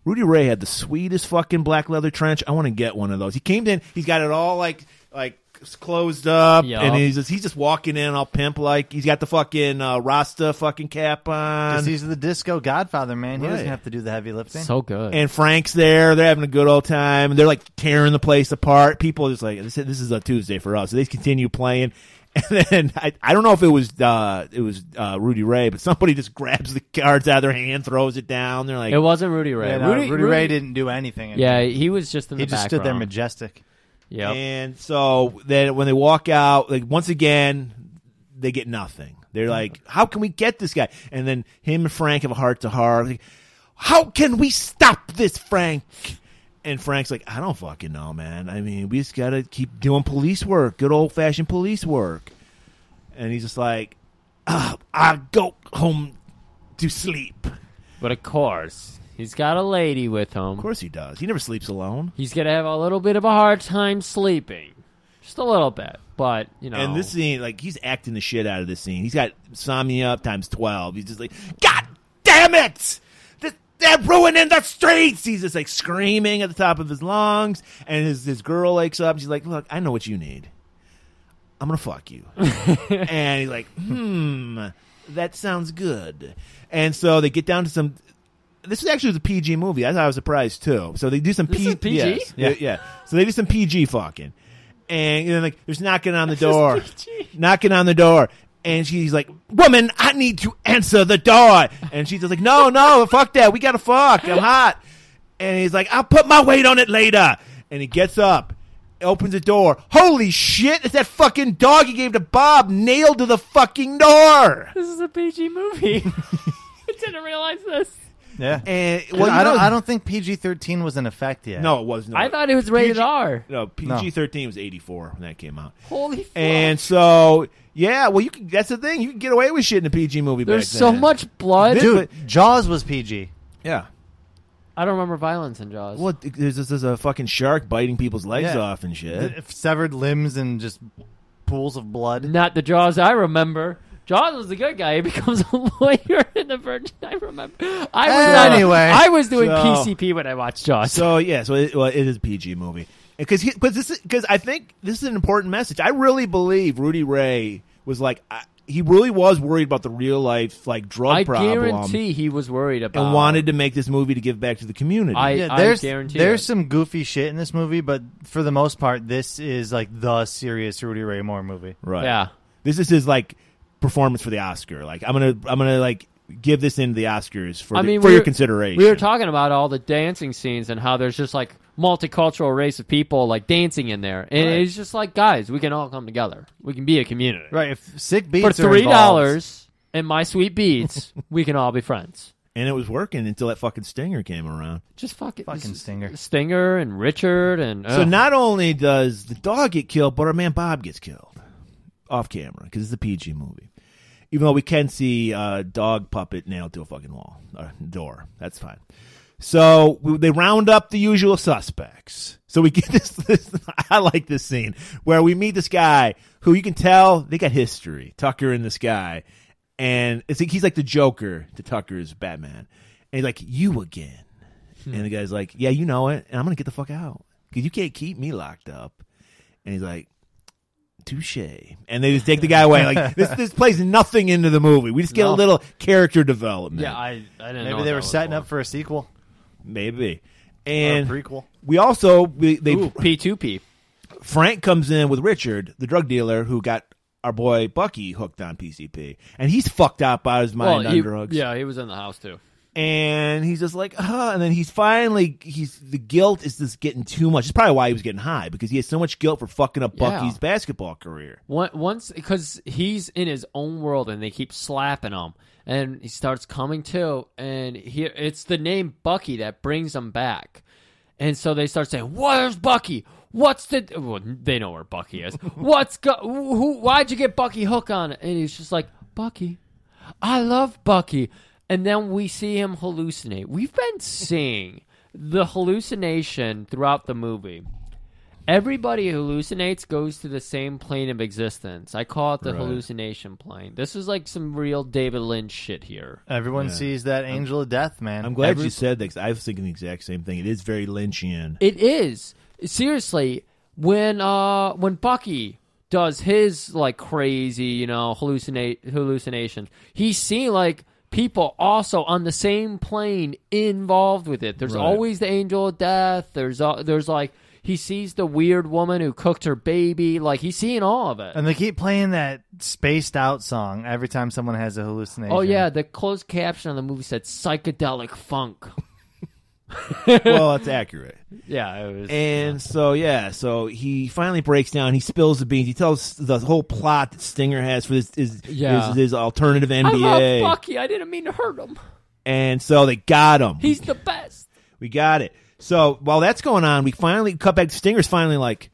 Rudy Ray had the sweetest fucking black leather trench. I want to get one of those. He came in, he's got it all like like closed up,
Yeah.
and he's just he's just walking in all pimp like. He's got the fucking uh, Rasta fucking cap
'Cause
on,
he's the disco godfather, man. He doesn't
Right.
have to do the heavy lifting.
So good.
and Frank's there. They're having a good old time. They're like tearing the place apart. People are just like this. This is a Tuesday for us. So they continue playing. And then I, I don't know if it was uh, it was uh, Rudy Ray, but somebody just grabs the cards out of their hand, throws it down. They're like,
it wasn't Rudy Ray.
Yeah, no, uh, Rudy, Ray didn't do anything.
Yeah, he was just in
he
the
just stood there
background.
majestic.
Yep.
And so then when they walk out, like once again, they get nothing. They're like, "How can we get this guy?" And then him and Frank have a heart to heart. Like, How can we stop this, Frank? And Frank's like, "I don't fucking know, man. I mean, we just gotta keep doing police work, good old fashioned police work." And he's just like, "Ah, "I go home to sleep." Of
But of course, he's got a lady with him.
course he does. He never sleeps alone.
He's gonna have a little bit of a hard time sleeping, just a little bit. But you know,
And this scene, like he's acting the shit out of this scene. He's got insomnia up times twelve. He's just like, God damn it! Th- They're ruining the streets. He's just like screaming at the top of his lungs. And his his girl wakes up. And she's like, Look, I know what you need. I'm gonna fuck you. and he's like, Hmm, that sounds good. And so they get down to some. This is actually the PG movie. I thought I was surprised too. So they do some
This
P-
is PG?
yes. yeah, Uh, yeah. So they do some PG fucking and you know, like there's knocking on the door, knocking on the door, and she's like, "Woman, I need to answer the door," and she's just like, "No, no, fuck that, we gotta fuck, I'm hot," and he's like, "I'll put my weight on it later," and he gets up. Opens the door. Holy shit! It's that fucking dog he gave to Bob nailed to the fucking door.
this is a PG movie. I didn't realize this.
Yeah.
And well,
well,
you
I don't.
know-
I don't think PG thirteen was in effect yet.
No, it was not.
I thought it was rated R.
no PG thirteen was eighty four when that came out.
Holy fuck!
And so, yeah, well, you can. That's the thing. You can get away with shit in a PG movie.
there's
back
so
then.
much blood.
This-
dude, Jaws was PG.
Yeah.
I don't remember violence in Jaws.
Well, th- there's, there's a fucking shark biting people's legs
Yeah.
off and shit.
Severed limbs and just pools of blood.
Not the Jaws I remember. Jaws was a good guy. He becomes a lawyer in the Virgin. I remember. I was on-
Anyway.
I was doing
So-
PCP when I watched Jaws.
So yeah, so it, well, it is a PG movie because because this because I think this is an important message. I really believe Rudy Ray was like I, he really was worried about the real life like drug
I
problem
guarantee he was worried about
and wanted to make this movie to give back to the community.
I,
Yeah,
I
there's
guarantee
there's
it.
some goofy shit in this movie, but for the most part, this is like the serious Rudy Ray Moore movie.
right.
Yeah.
This is his like performance for the Oscar. Like I'm gonna I'm gonna like give this into the Oscars for
I
the-
mean,
for
we
your
were-
consideration.
We were talking about all the dancing scenes and how there's just like multicultural race of people like dancing in there, and
Right.
it's just like guys, we can all come together. We can be a community.
Right. If sick beats
For
are
three
involved-
dollars and my sweet beats, we can all be friends.
and it was working until that fucking stinger came around.
Just fuck it.
Fucking
S-
Stinger.
Stinger and Richard and
So
ugh.
not only does the dog get killed, but our man Bob gets killed off camera because it's a PG movie. Even though we can see a dog puppet nailed to a fucking wall or door, that's fine. So we, they round up the usual suspects. So we get this, this. I like this scene where we meet this guy who you can tell they got history. Tucker and this guy, and it's like he's like the Joker to Tucker's Batman, and he's like you again.
Hmm.
And the guy's like, "Yeah, you know it, and I'm gonna get the fuck out because you can't keep me locked up." And he's like, "Touche." And they just take the guy away. Like this, this plays nothing into the movie. We just get
No.
a little character development.
yeah, I, I didn't know
Maybe
what
they
that
were
was
setting
for.
up for a sequel
maybe.
or a
And
prequel.
we also we, they
Ooh, P two P.
Frank comes in with Richard, the drug dealer who got our boy Bucky hooked on PCP, and he's fucked up out of his mind
Well,
on
he-
drugs.
yeah, he was in the house too.
and he's just like, uh, and then he's finally he's the guilt is just getting too much. It's probably why he was getting high because he has so much guilt for fucking up
Yeah.
Bucky's basketball career.
One- Once, because he's in his own world, and they keep slapping him, and he starts coming to, and here it's the name Bucky that brings him back, and so they start saying, "Where's Bucky? What's the?" Well, they know where Bucky is. What's go? Who? Why'd you get Bucky Hook on? it?" And he's just like, "Bucky, I love Bucky. And then we see him hallucinate. We've been seeing the hallucination throughout the movie. Everybody who hallucinates goes to the same plane of existence. I call it the
Right.
hallucination plane. This is like some real David Lynch shit here.
Everyone sees that angel of death, man.
I'm glad
Every-
you said that 'cause I was thinking the exact same thing. It is very Lynchian.
It is seriously when uh when Bucky does his like crazy you know hallucinate hallucinations, he's seeing like people also on the same plane involved with it. There's
Right.
always the angel of death. There's uh, there's like he sees the weird woman who cooked her baby. Like he's seeing all of it.
And they keep playing that spaced out song every time someone has a hallucination.
Oh yeah, the closed caption on the movie said psychedelic funk.
well, that's accurate.
yeah, it was.
And so yeah, so he finally breaks down. He spills the beans. He tells the whole plot that Stinger has for this is
Yeah.
is his alternative
I
NBA.
love Bucky. I didn't mean to hurt him.
And so they got him.
He's the best.
we got it. So while that's going on, we finally cut back. Stinger's finally like,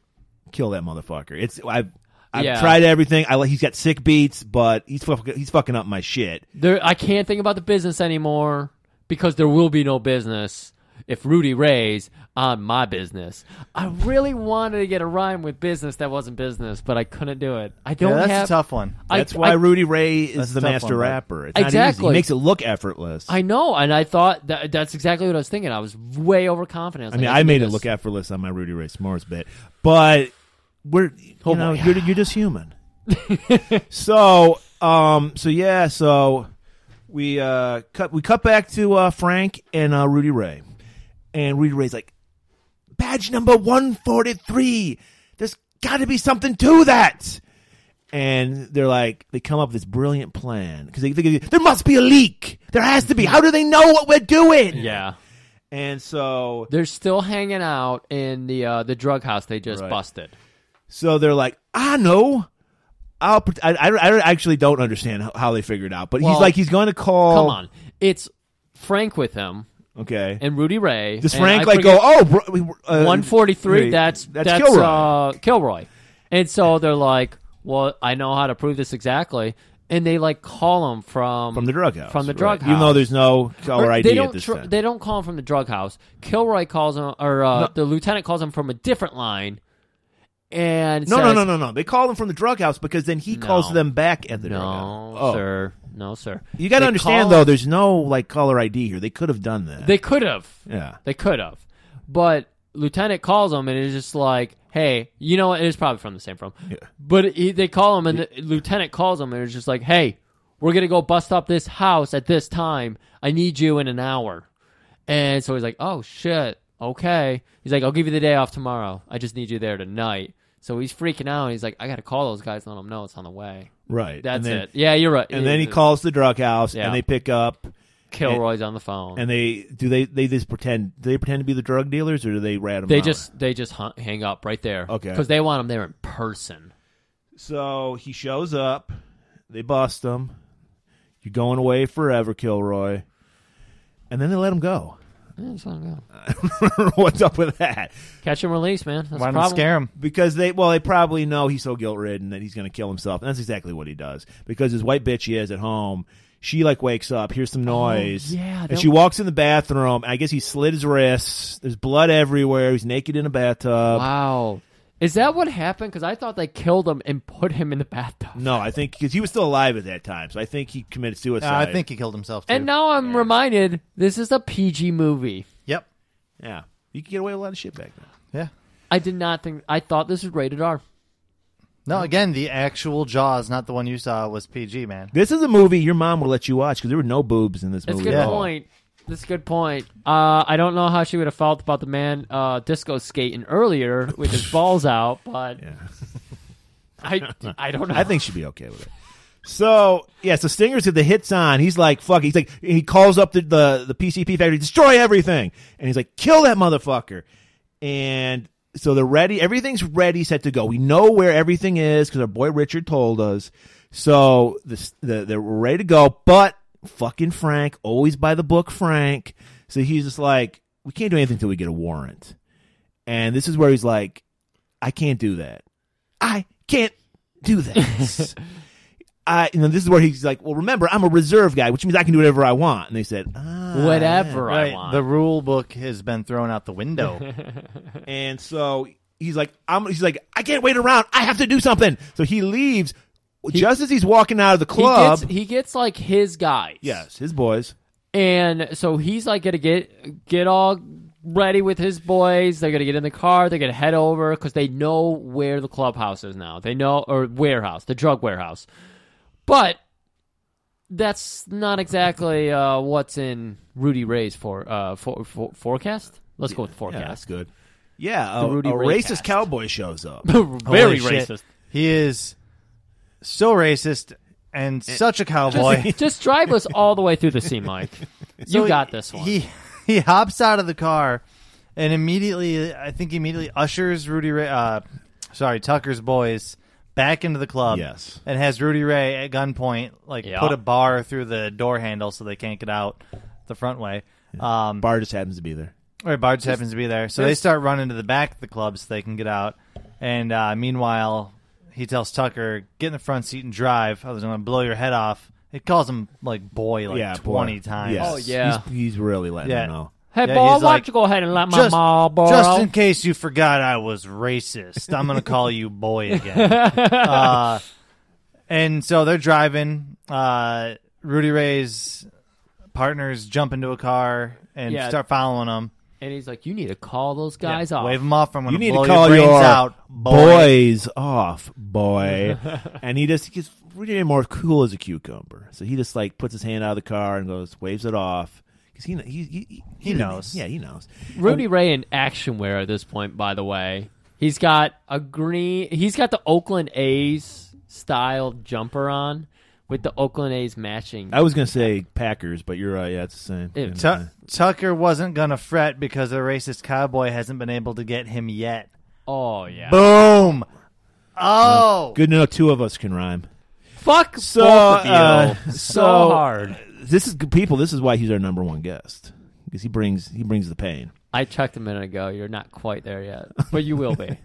kill that motherfucker. It's I've I've
Yeah.
tried everything. I like he's got sick beats, but he's fuck- he's fucking up my shit.
there I can't think about the business anymore because there will be no business if Rudy Ray's on my business. I really wanted to get a rhyme with business that wasn't business, but I couldn't do it. I don't
Yeah, that's
have
a tough one.
I-
That's why
I-
Rudy Ray is
That's
the
a tough
master
one, right?
rapper. It's not easy.
Exactly.
He makes it look effortless.
I know, and I thought that that's exactly what I was thinking. I was way overconfident.
I mean, I made it look effortless on my Rudy Ray S'mores bit, but we're you
Oh,
know
boy.
you're you're just human. so um so yeah so we uh cut we cut back to uh Frank and uh Rudy Ray, and Rudy Ray's like badge number one forty three. There's got to be something to that. And they're like, they come up with this brilliant plan because they think there must be a leak. There has to be. How do they know what we're doing?
Yeah,
And so
they're still hanging out in the uh, the drug house they just
Right.
busted.
So they're like, I know. I'll. pret- I, I, I actually don't understand how, how they figured it out, but
Well,
he's like, he's going to call.
Come on, it's Frank with him
Okay.
and Rudy Ray.
Does
and
Frank
I
like
forget-
go? Oh, bro, we, were- uh,
one forty
wait,
three. That's that's, Kilroy. Uh, Kilroy. And so they're like, "Well, I know how to prove this exactly," and they like call him from
from the drug house.
From the
right.
drug house.
even though there's no caller
Or
ID
they don't
at this
tr-
time.
they don't call him from the drug house. Kilroy calls him, or uh, the lieutenant calls him from a different line, and
no,
says,
no, no, no, no. They call them from the drug house because then he calls
No.
them back at the drug house.
no,
Oh.
sir, no, sir."
You got to
They
understand
call-
though, there's no like caller ID here. They could have done that.
They could have.
yeah.
They could have. But Lieutenant calls him and it's just like, hey, you know what? It is probably from the same firm. But he, they call him and the Lieutenant calls him and it's just like, hey, we're going to go bust up this house at this time. I need you in an hour. And so he's like, oh, shit. Okay. He's like, I'll give you the day off tomorrow. I just need you there tonight. So he's freaking out. He's like, I got to call those guys and let them know it's on the way.
Right.
That's
and then,
it. Yeah, you're right.
And then he calls the drug house,
Yeah.
and they pick up.
Kilroy's on the phone.
And they do they they just pretend do they pretend to be the drug dealers or do they rat them?
They
out?
just they just hu- hang up right there.
Okay.
because they want them there in person.
So he shows up. They bust him. You're going away forever, Kilroy. And then they let him go.
Yeah, just let 'em go.
What's up with that?
Uh, Catch and release, man. That's
Why
the
not
problem.
scare him?
Because they, well, they probably know he's so guilt ridden that he's going to kill himself. And that's exactly what he does. Because his white bitch he has at home, she like wakes up, hears some noise.
Oh, yeah,
And
that-
she walks in the bathroom. I guess he slid his wrists. There's blood everywhere. He's naked in a bathtub.
Wow, is that what happened? Because I thought they killed him and put him in the bathtub.
No, I think because he was still alive at that time. So I think he committed
Uh,
suicide.
I think he killed himself too.
And now I'm reminded this is a PG movie.
yep.
Yeah. You could get away with a lot of shit back then.
Yeah.
I did not think. I thought this was rated R.
No, again, the actual Jaws, not the one you saw, was PG, man.
This is a movie your mom would let you watch because there were no boobs in this
That's a
movie.
good
at all.
point. That's a good point. Uh, I don't know how she would have felt about the man uh, disco skating earlier with his balls out, but
Yeah.
I, I don't know.
I think she'd be okay with it. So yeah, so Stinger's at the hits on. He's like, fuck. it. He's like, he calls up the, the the PCP factory, destroy everything, and he's like, kill that motherfucker. And so they're ready. Everything's ready, set to go. We know where everything is because our boy Richard told us. So this the, they're ready to go. But fucking Frank, always by the book, Frank. So he's just like, we can't do anything until we get a warrant. And this is where he's like, I can't do that. I can't do that. I, you know, this is where he's like, well, remember, I'm a reserve guy, which means I can do whatever I want. And they said, ah,
Whatever I
Right.
want.
The rule book has been thrown out the window.
And so he's like, I'm, he's like, I can't wait around. I have to do something. So he leaves just as he's walking out of the
he
club.
gets, he gets like his guys.
yes, his boys.
And so he's like gonna get get all ready with his boys. They're gonna get in the car. They're gonna head over because they know where the clubhouse is now. They know or warehouse, the drug warehouse. But that's not exactly uh, what's in Rudy Ray's for, uh, for, for forecast. Let's go with
Yeah, that's
forecast.
good. Yeah, a,
The Rudy
a
Ray
racist
cast.
cowboy shows up.
Very
Holy shit.
racist.
He is so racist and such a cowboy.
Just drive us all the way through the scene, Mike. you
So
got
he-
this one.
He he hops out of the car and immediately, I think, immediately ushers Rudy Ray. Uh, sorry, Tucker's boys back into the club.
Yes.
and has Rudy Ray at gunpoint, like
Yeah.
put a bar through the door handle so they can't get out the front way. Um,
Bar just happens to be there.
Right, Bard just happens to be there, so they start running to the back of the club so they can get out. And uh, meanwhile, he tells Tucker, "Get in the front seat and drive. I was going to blow your head off." It calls him like boy like
yeah, boy.
twenty times.
Yes.
Oh, yeah.
He's, he's really letting
Yeah.
him know.
hey,
Yeah,
boy, why
he's like,
don't you go ahead and let my
Just,
mom borrow?
just in case you forgot, I was racist. I'm going to call you boy again. uh, and so they're driving. Uh, Rudy Ray's partners jump into a car and
Yeah.
start following him.
and he's like, you need to call those
Yeah,
guys off.
Wave them off. I'm going
You need
blow
to call
your brains
your
out,
boys off, boy. and he just he gets really more cool as a cucumber. So he just like puts his hand out of the car and goes, waves it off. Because he, he, he,
He knows.
Yeah, he knows.
Rudy Ray in action wear at this point, by the way. He's got a green. He's got the Oakland A's style jumper on with the Oakland A's matching.
Oh, I was going to say Packers, but you're right. Yeah, it's the same.
Ew.
Yeah.
Tu- Tucker wasn't gonna fret because the racist cowboy hasn't been able to get him yet.
Oh yeah.
Boom! Oh,
Good to know two of us can rhyme.
Fuck
So,
both of you.
uh,
so,
so-
hard.
This is people. This is why he's our number one guest because he brings he brings the pain.
I checked a minute ago. You're not quite there yet, but you will be.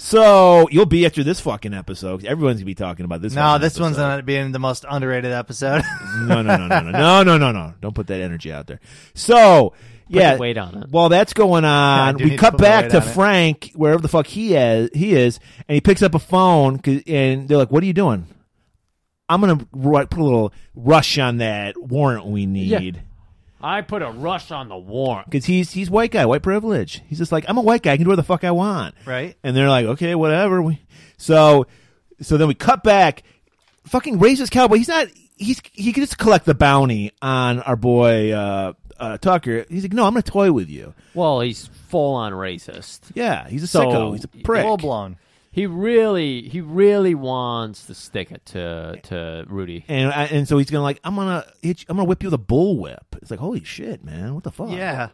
So you'll be after this fucking episode. 'cause Everyone's gonna be talking about this.
no,
fucking
this one's uh,
episode.
gonna be in the most underrated episode.
no, no, no, no, no, no, no, no, no. Don't put that energy out there. So, yeah,
the weight on it.
While that's going on,
do
we
need to
cut
put my
back
weight
to
on it.
Frank, wherever the fuck he is, he is, and he picks up a phone, 'cause- and they're like, "What are you doing?" I'm gonna ru- put a little rush on that warrant we need
I put a rush on the warrant.
because he's he's white guy, white privilege. He's just like, I'm a white guy, I can do whatever the fuck I want,
Right.
And they're like, okay, whatever. We so so then we cut back. Fucking racist cowboy. He's not. He's he can just collect the bounty on our boy uh, uh, Tucker. He's like, no, I'm gonna toy with you.
Well, he's full on racist.
Yeah, he's a
So-
sicko. He's a prick.
Full blown.
He really, he really wants to stick it to to Rudy.
And I, and so he's gonna like, I'm gonna hit you, I'm gonna whip you with a bullwhip. It's like, holy shit, man, what the fuck?
Yeah,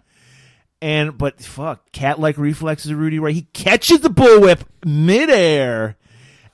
And but fuck, cat like reflexes of Rudy Ray. He catches the bullwhip midair,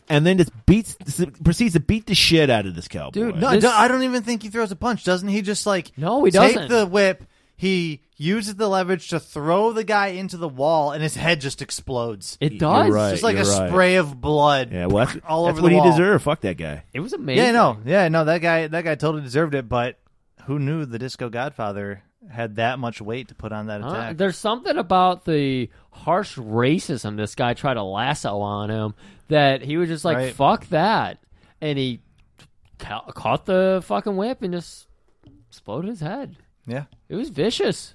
and then just beats proceeds to beat the shit out of this cowboy.
Dude,
no,
This-
no, I don't even think he throws a punch. Doesn't he? Just like
No, he
take
doesn't.
the whip. He uses the leverage to throw the guy into the wall, and his head just explodes.
It does.
right.
just like a
you're right.
spray of blood.
yeah, well, that's,
all
that's
over
what
the
he
wall.
deserved. Fuck that guy.
It was amazing.
Yeah, no, yeah, no. That guy, that guy totally deserved it. But who knew the Disco Godfather had that much weight to put on that
Huh?
attack?
There's something about the harsh racism this guy tried to lasso on him that he was just like,
Right.
fuck that. And he ca- caught the fucking whip and just exploded his head.
yeah,
It was vicious.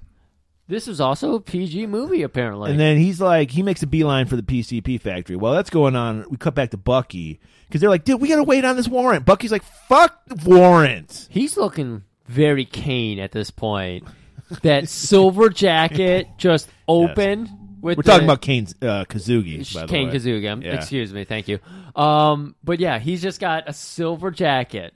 This was also a PG movie, apparently.
And then he's like, he makes a beeline for the PCP factory. While that's going on, we cut back to Bucky because they're like, dude, we gotta wait on this warrant. Bucky's like, fuck the warrant.
He's looking very Kane at this point. that silver jacket just open with
We're talking
the-
about Kane's uh, Kazugi. By the
Kane
way.
Kazuga. um,
Yeah.
Excuse me. Thank you. Um, but yeah, he's just got a silver jacket,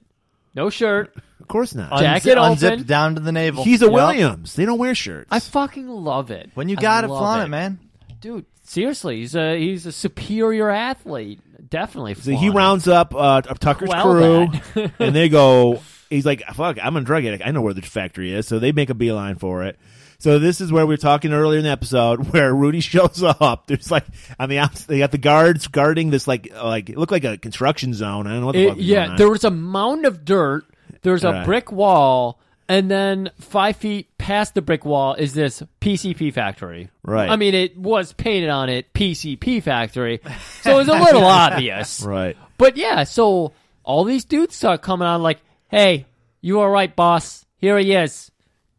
no shirt.
Of course not.
Jack- Jacket
Unz-
open.
unzipped down to the navel.
He's a
Yep.
Williams. They don't wear shirts.
I fucking love it.
When you
I
got it,
love
flaunt it, man.
Dude, seriously, he's a he's a superior athlete. Definitely.
So he
flaunt it.
rounds up uh, Tucker's
Quell
crew, and they go. He's like, "Fuck, I'm a drug addict. I know where the factory is." So they make a beeline for it. So this is where we were talking earlier in the episode where Rudy shows up. There's like on the opposite, they got the guards guarding this like like it looked like a construction zone. I don't know what the fuck
It-
was going
yeah,
on.
there was a mound of dirt. There's a
All right.
brick wall, and then five feet past the brick wall is this PCP factory.
Right.
I mean, it was painted on it PCP factory, so it was a little obvious.
right.
But yeah, so all these dudes start coming on like, "Hey, you all right, boss? Here he is,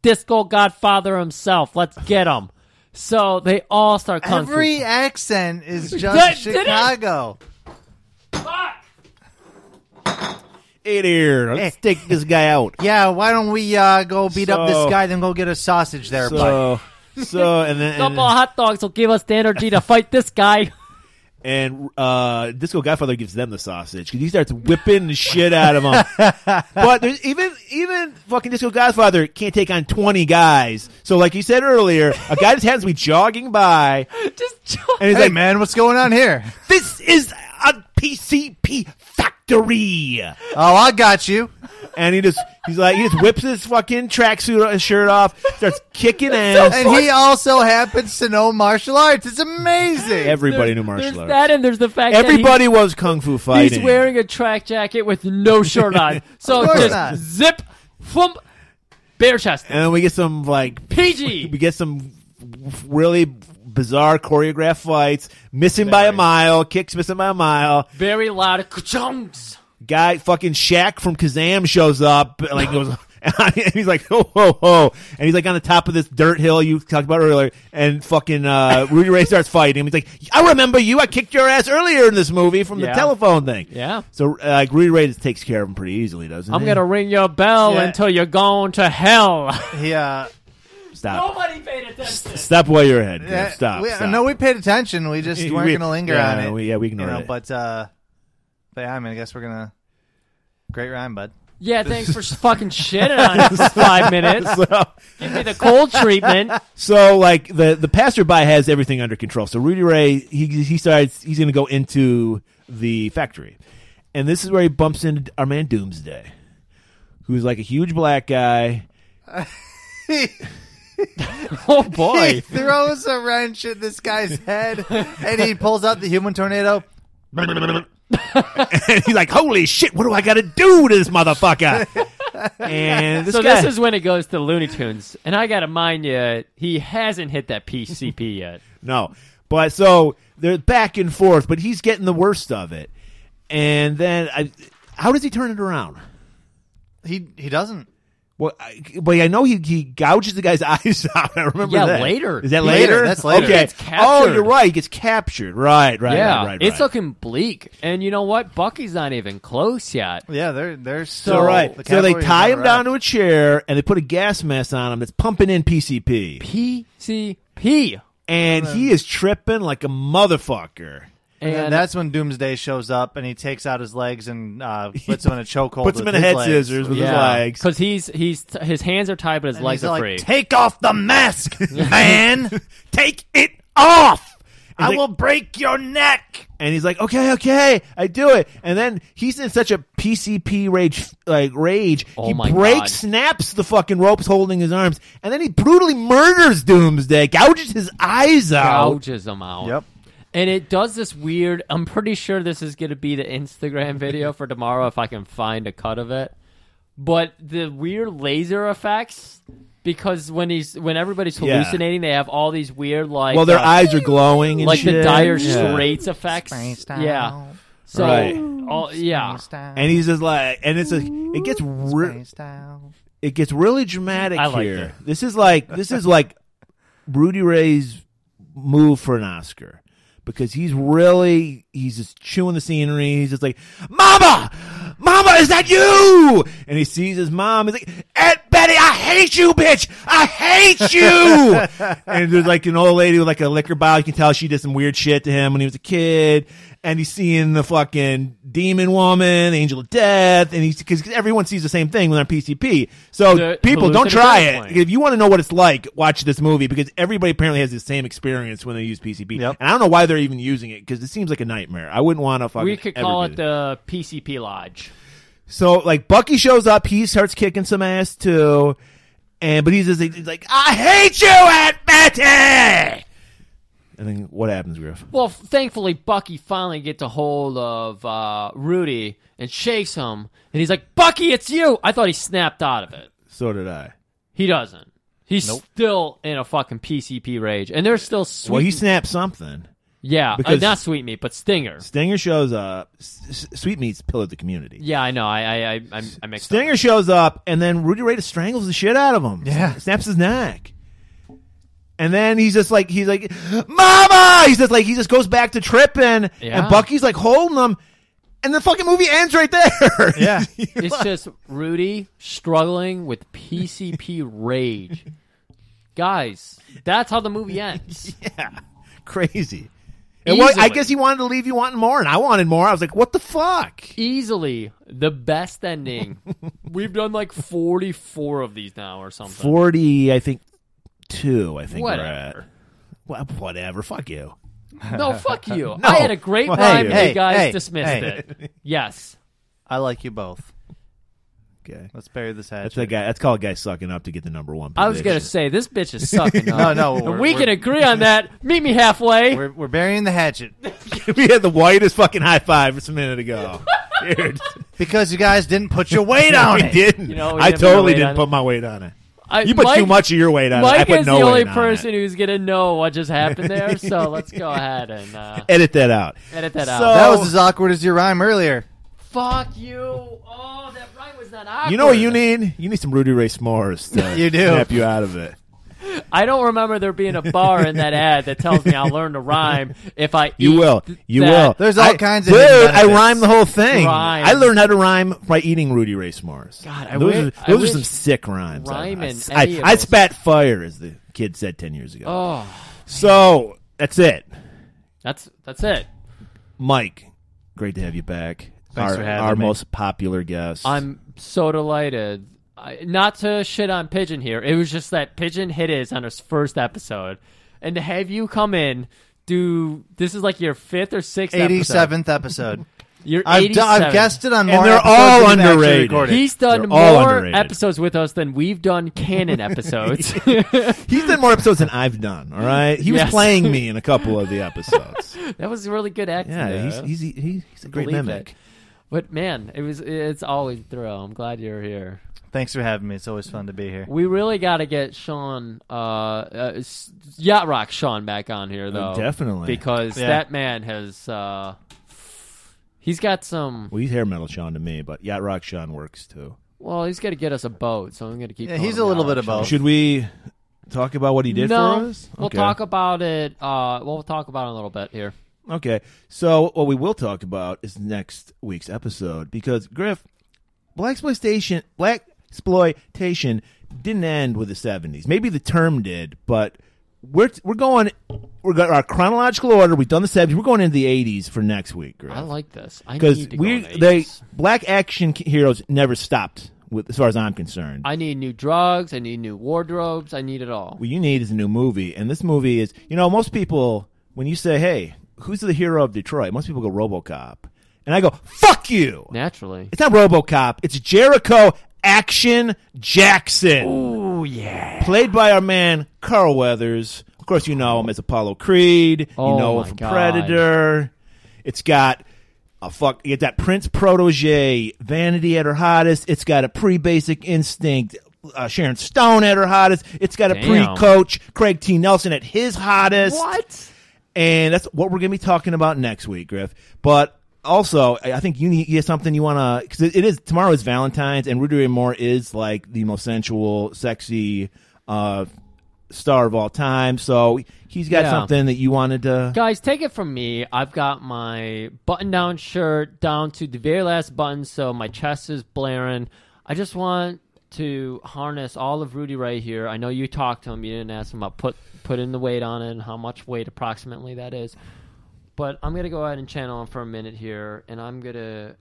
Disco Godfather himself. Let's get him." So they all start coming. through.
Every accent is just
That- did it?
Chicago.
It here. Let's take this guy out.
Yeah, why don't we uh, go beat up
So-
this guy, then go get a sausage there, bud?
So so and then
Couple
and,
of hot dogs will give us the energy to fight this guy.
and uh, Disco Godfather gives them the sausage because he starts whipping the shit out of them. but there's even even fucking Disco Godfather can't take on twenty guys. So like you said earlier, a guy just happens to be jogging by
Just
and he's
Hey,
like,
man, what's going on here?
"This is a PCP factory,"
Oh, I got you.
and he just he's like he just whips his fucking tracksuit uh, shirt off, starts kicking ass.
And he also happens to know martial arts. It's amazing.
Everybody knew
There's-
martial
there's
arts.
That and there's the fact
Everybody was kung fu
that he-
fighting.
he's wearing a track jacket with no shirt on. So
Of course
just
not.
zip, flump, bare chest,
and then we get some like we
PG.
get some really bizarre choreographed fights, missing by a mile, kicks missing by a mile.
Very loud ka-chunks.
Guy fucking Shaq from Kazam shows up, like goes, and he's like, ho ho ho, and he's like on the top of this dirt hill you talked about earlier, and fucking uh, Rudy Ray starts fighting him. He's like, I remember you, I kicked your ass earlier in this movie from the
Yeah.
telephone thing.
Yeah.
So uh, like Rudy Ray just takes care of him pretty easily, doesn't
I'm
he?
gonna ring your bell
Yeah.
until you're going to hell.
He, uh,
stop.
Nobody paid attention.
Stop while you're ahead.
yeah,
Chris. Stop.
we-
stop.
No, we paid attention. We just
We-
weren't
we-
going to linger
yeah,
on it.
we- yeah, we
you
ignored
know,
it.
But, uh, but yeah, I mean, I guess we're going to. Great rhyme, bud.
Yeah, thanks for fucking shitting on it for five minutes.
So-
Give me the cold treatment.
So like the the passerby has everything under control. So Rudy Ray he he starts he's going to go into the factory, and this is where he bumps into our man Doomsday, who's like a huge black guy.
Oh
he
boy.
throws a wrench at this guy's head and he pulls out the human tornado.
And he's like, "Holy shit! What do I got to do to this motherfucker?" And this
So
guy,
this is when it goes to Looney Tunes, and I gotta mind you, he hasn't hit that PCP yet.
No. But so they're back and forth, but he's getting the worst of it. And then I, how does he turn it around?
He he doesn't.
Well, I, but I know he, he gouges the guy's eyes out. I remember
Yeah,
that.
later.
Is that
Later,
later?
that's later.
Okay.
He
gets
oh,
captured.
you're right. He gets captured. Right, right,
yeah,
right, right.
it's
right.
looking bleak. And you know what? Bucky's not even close yet.
Yeah, they're they're
So,
still
right.
the
so they
cavalry's
tie
never
uh,
him down
up.
to a chair and they put a gas mask on him that's pumping in PCP.
PCP.
And he is tripping like a motherfucker.
And,
And that's when Doomsday shows up and he takes out his legs and uh, puts him in a chokehold.
Puts him
with
in a
his
head
legs.
scissors with his legs.
because he's he's his hands are tied, but his
And
legs
he's
are
like,
free.
Take off the mask, man.
Take it off.
I
will.
will break your neck.
and he's like, "Okay, okay, I do it." And then he's in such a PCP rage, like rage,
Oh
he
my
breaks,
God.
snaps the fucking ropes holding his arms, and then he brutally murders Doomsday, gouges his eyes out.
Gouges him out.
Yep.
And it does this weird. I'm pretty sure this is going to be the Instagram video for tomorrow if I can find a cut of it. But the weird laser effects, because when he's when everybody's
Yeah.
hallucinating, they have all these weird like
Well, their
uh,
eyes are glowing, and
like the
shit.
Dire
Yeah.
Straits effects. Yeah. So
Right.
all, yeah.
And he's just like, and it's a, it gets, re- it gets really dramatic
I liked
here.
it.
This is like, this is like Rudy Ray's move for an Oscar because he's really he's just chewing the scenery. He's just like, "Mama, Mama, is that you?" And he sees his mom. He's like, "Aunt Betty, I hate you, bitch! I hate you!" and there's like an old lady with like a liquor bottle. You can tell she did some weird shit to him when he was a kid. And he's seeing the fucking demon woman, the angel of death, and he's because everyone sees the same thing when they're on PCP. So
The
people, don't
hallucinogenic
try it
point.
if you want to know what it's like, watch this movie because everybody apparently has the same experience when they use PCP.
Yep.
And I don't know why they're even using it because it seems like a nightmare. I wouldn't want to fucking.
We could
ever
call
do
it
that.
the PCP Lodge.
So like Bucky shows up, he starts kicking some ass too, And but he's just he's like, I hate you at Betty. And then what happens, Griff?
Well, f- thankfully, Bucky finally gets a hold of uh, Rudy and shakes him, and he's like, "Bucky, it's you!" I thought he snapped out of it.
So did I.
He doesn't. He's still in a fucking PCP rage, and there's still sweet.
Well, he snapped something.
yeah, uh,
because-
not sweet meat, but Stinger.
Stinger shows up. S- S- Sweetmeats pillared the community.
Yeah, I know. I I I, I, I mixed up.
Stinger shows up, and then Rudy Ray just strangles the shit out of him.
Yeah.
snaps his neck, and then he's just like he's like, "Mama!" He's just like he just goes back to tripping,
Yeah.
and Bucky's like holding him, and the fucking movie ends right there.
Yeah.
It's just Rudy struggling with PCP rage. Guys, that's how the movie ends.
yeah, crazy. And what, I
Easily.
guess he wanted to leave you wanting more, and I wanted more. I was like, "What the fuck?"
Easily the best ending. We've done like 44 of these now or something.
Forty, I think. Two, I think. We're at.
Whatever.
Well, whatever. Fuck you.
No, fuck you. I had a great
Well, hey,
time. and
hey,
you guys
hey,
dismissed
hey.
it. Yes.
I like you both.
Okay.
Let's bury this hatchet.
That's that guy. That's called a guy sucking up to get the number one.
I was going to
position.
say, this bitch is sucking
no,
up.
no,
And
we're,
we
we're,
can agree on that. Meet me halfway.
We're, we're burying the hatchet
we had the whitest fucking high five just a minute ago. Dude.
because you guys didn't put your weight on
we
it.
didn't.
You know, we
I
didn't put our
totally
weight
didn't
on
put
it.
my weight on it.
I-
You put too
Mike-
much of your weight on it. I
Mike
put
is
no
the only
weight on
person
it.
who's going to know what just happened there, so let's go ahead and uh,
Edit that out.
edit that
So-
out.
That was as awkward as your rhyme earlier.
Fuck you! Oh, that rhyme was not awkward.
You know what you need? You need some Rudy Ray s'mores to
You do.
snap you out of it.
I don't remember there being a bar in that ad that tells me I'll learn to rhyme if I.
You
eat
will. You
that.
will.
There's all
I-
kinds of
Dude,
hidden
I
benefits.
rhymed the whole thing.
Rhymes.
I learned how to rhyme by eating Rudy Ray s'mores.
God, I
those
wi-
are,
I
those
wish
are some sick rhymes. I-
rhyme in
I,
any
I,
of
I
those.
spat fire, as the kid said 10 years ago.
Oh,
So that's it.
that's that's it.
Mike, great to have you back.
Thanks
our
for having
our
me.
most popular guest.
I'm so delighted. I, not to shit on Pigeon here. It was just that Pigeon hit his on his first episode, and to have you come in. Do this is like your fifth or sixth
Eighty
episode.
seventh episode.
You're
I've, d-
87.
I've guessed it on
And
more.
they're
episodes
all
than we've actually
underrated.
recorded.
He's done
They're all
more
underrated.
episodes with us than we've done canon episodes.
He's done more episodes than I've done. All right, he was
Yes.
playing me in a couple of the episodes.
that was really good acting.
yeah,
though.
he's, he's he's he's a great
Believe
mimic.
it. But man, it was it's always a thrill. I'm glad you're here.
Thanks for having me. It's always fun to be here.
We really got to get Sean, uh, uh, S- Yacht Rock Sean back on here though,
Oh, definitely.
because
Yeah.
that man has uh, he's got some.
Well, he's hair metal Sean to me, but Yacht Rock Sean works too.
Well, he's got to get us a boat, so I'm going to keep.
Yeah,
calling
he's
him
a little
Yacht
bit
Rock
of both.
Sean.
Should we talk about what he did
Oh. No,
for us?
we'll
Okay.
talk about it. Uh, we'll talk about it in a little bit here.
Okay, so what we will talk about is next week's episode because Griff, black exploitation, black exploitation didn't end with the seventies. Maybe the term did, but we're we're going. We're got our chronological order. We've done the seventies. We're going into the eighties for next week, Griff.
I like this. I
because
need to go
we
on the
they
80s.
black action heroes never stopped. With as far as I'm concerned,
I need new drugs. I need new wardrobes. I need it all.
what you need is a new movie. And this movie is, you know, most people, when you say, hey, who's the hero of Detroit? Most people go RoboCop. And I go, fuck you.
Naturally.
It's not RoboCop. It's Jericho Action Jackson. Ooh, yeah. Played by our man, Carl Weathers. Of course, you know him as Apollo Creed.
Oh,
you know him
my
from
God.
Predator. It's got a fuck. You get that Prince protege, Vanity at her hottest. It's got a pre Basic Instinct, uh, Sharon Stone at her hottest. It's got a pre
Damn.
Coach, Craig T. Nelson at his hottest.
What?
And that's what we're going to be talking about next week, Griff. But also, I I think you need you have something you want to because it, it is tomorrow is Valentine's, and Rudy Ray Moore is like the most sensual, sexy uh, star of all time. So he's got
Yeah.
something that you wanted to.
Guys, take it from me. I've got my button down shirt down to the very last button, so my chest is blaring. I just want to harness all of Rudy Ray here. I know you talked to him. You didn't ask him about put put in the weight on it and how much weight approximately that is. But I'm gonna go ahead and channel him for a minute here, and I'm gonna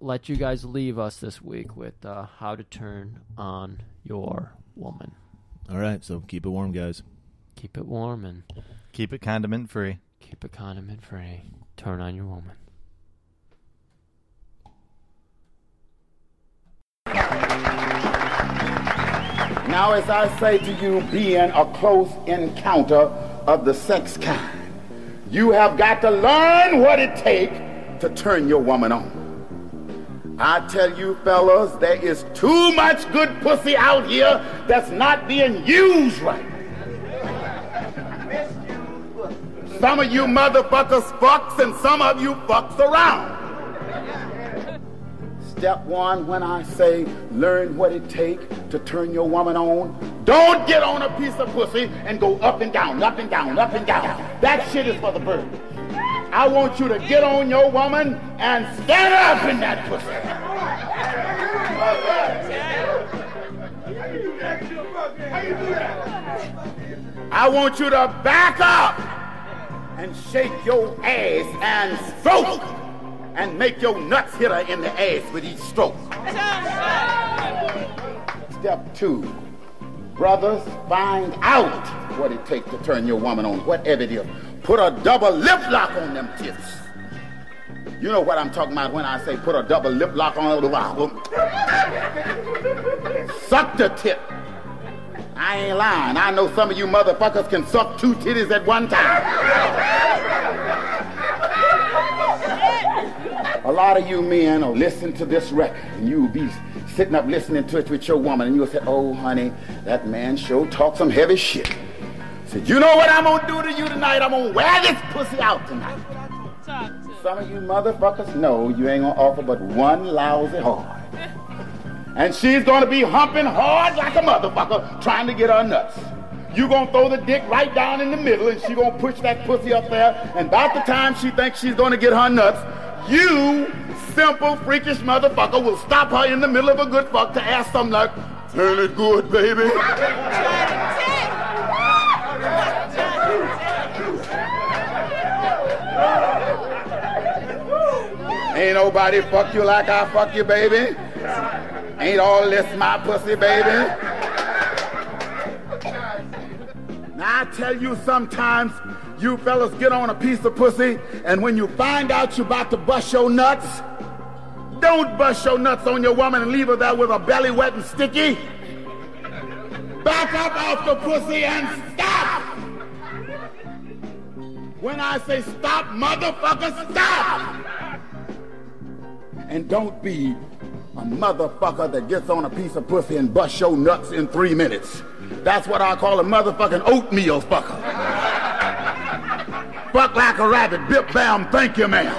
let you guys leave us this week with uh, how to turn on your woman.
All right, so keep it warm, guys.
Keep it warm and
Keep it condiment free.
Keep it condiment free. Turn on your woman.
Now, as I say to you, being a close encounter of the sex kind, you have got to learn what it takes to turn your woman on. I tell you, fellas, there is too much good pussy out here that's not being used right. Some of you motherfuckers fucks and some of you fucks around. Step one, when I say learn what it take to turn your woman on, don't get on a piece of pussy and go up and down, up and down, up and down. That shit is for the bird. I want you to get on your woman and stand up in that pussy. I want you to back up and shake your ass and stroke and make your nuts hit her in the ass with each stroke. Step two, brothers, find out what it takes to turn your woman on, whatever it is. Put a double lip lock on them tits. You know what I'm talking about when I say put a double lip lock on the wobble. Suck the tip. I ain't lying. I know some of you motherfuckers can suck two titties at one time. A lot of you men will listen to this record and you'll be sitting up listening to it with your woman and you'll say, oh, honey, that man sure talk some heavy shit. Said, you know what I'm gonna do to you tonight? I'm gonna wear this pussy out tonight. Some of you motherfuckers know you ain't gonna offer but one lousy hard. And she's gonna be humping hard like a motherfucker trying to get her nuts. You gonna throw the dick right down in the middle and she gonna push that pussy up there. And about the time she thinks she's gonna get her nuts, you simple freakish motherfucker will stop her in the middle of a good fuck to ask something like, Ain't it good, baby? Ain't nobody fuck you like I fuck you, baby. Ain't all this my pussy, baby? Now I tell you sometimes you fellas get on a piece of pussy and when you find out you're about to bust your nuts, don't bust your nuts on your woman and leave her there with her belly wet and sticky. Back up off the pussy and stop! When I say stop, motherfucker, stop! And don't be a motherfucker that gets on a piece of pussy and busts your nuts in three minutes. That's what I call a motherfucking oatmeal fucker. Fuck like a rabbit, bip bam, thank you, ma'am.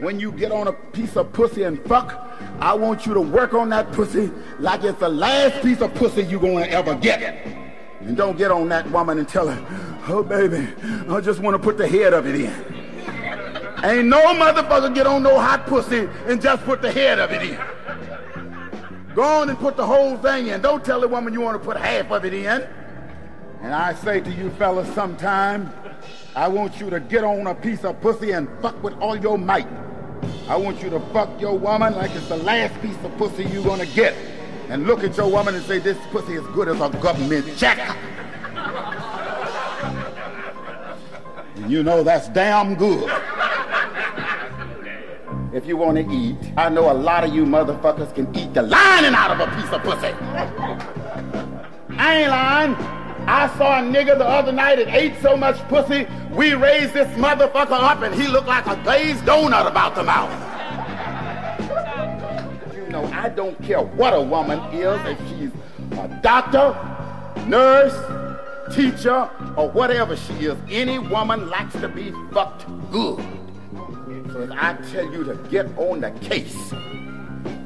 When you get on a piece of pussy and fuck, I want you to work on that pussy like it's the last piece of pussy you're gonna ever get. And don't get on that woman and tell her, oh baby, I just wanna put the head of it in. Ain't no motherfucker get on no hot pussy and just put the head of it in. Go on and put the whole thing in. Don't tell the woman you want to put half of it in. And I say to you fellas sometime, I want you to get on a piece of pussy and fuck with all your might. I want you to fuck your woman like it's the last piece of pussy you're gonna get. And look at your woman and say, this pussy is good as a government check. And you know that's damn good if you want to eat. I know a lot of you motherfuckers can eat the lining out of a piece of pussy. I ain't lying. I saw a nigga the other night that ate so much pussy, we raised this motherfucker up and he looked like a glazed donut about the mouth. You know, I don't care what a woman is, if she's a doctor, nurse, teacher, or whatever she is, any woman likes to be fucked good. So if I tell you to get on the case,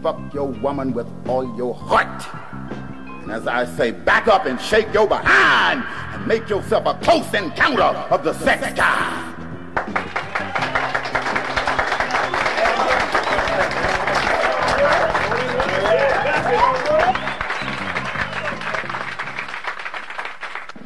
fuck your woman with all your heart. And as I say, back up and shake your behind and make yourself a close encounter of the sex guy.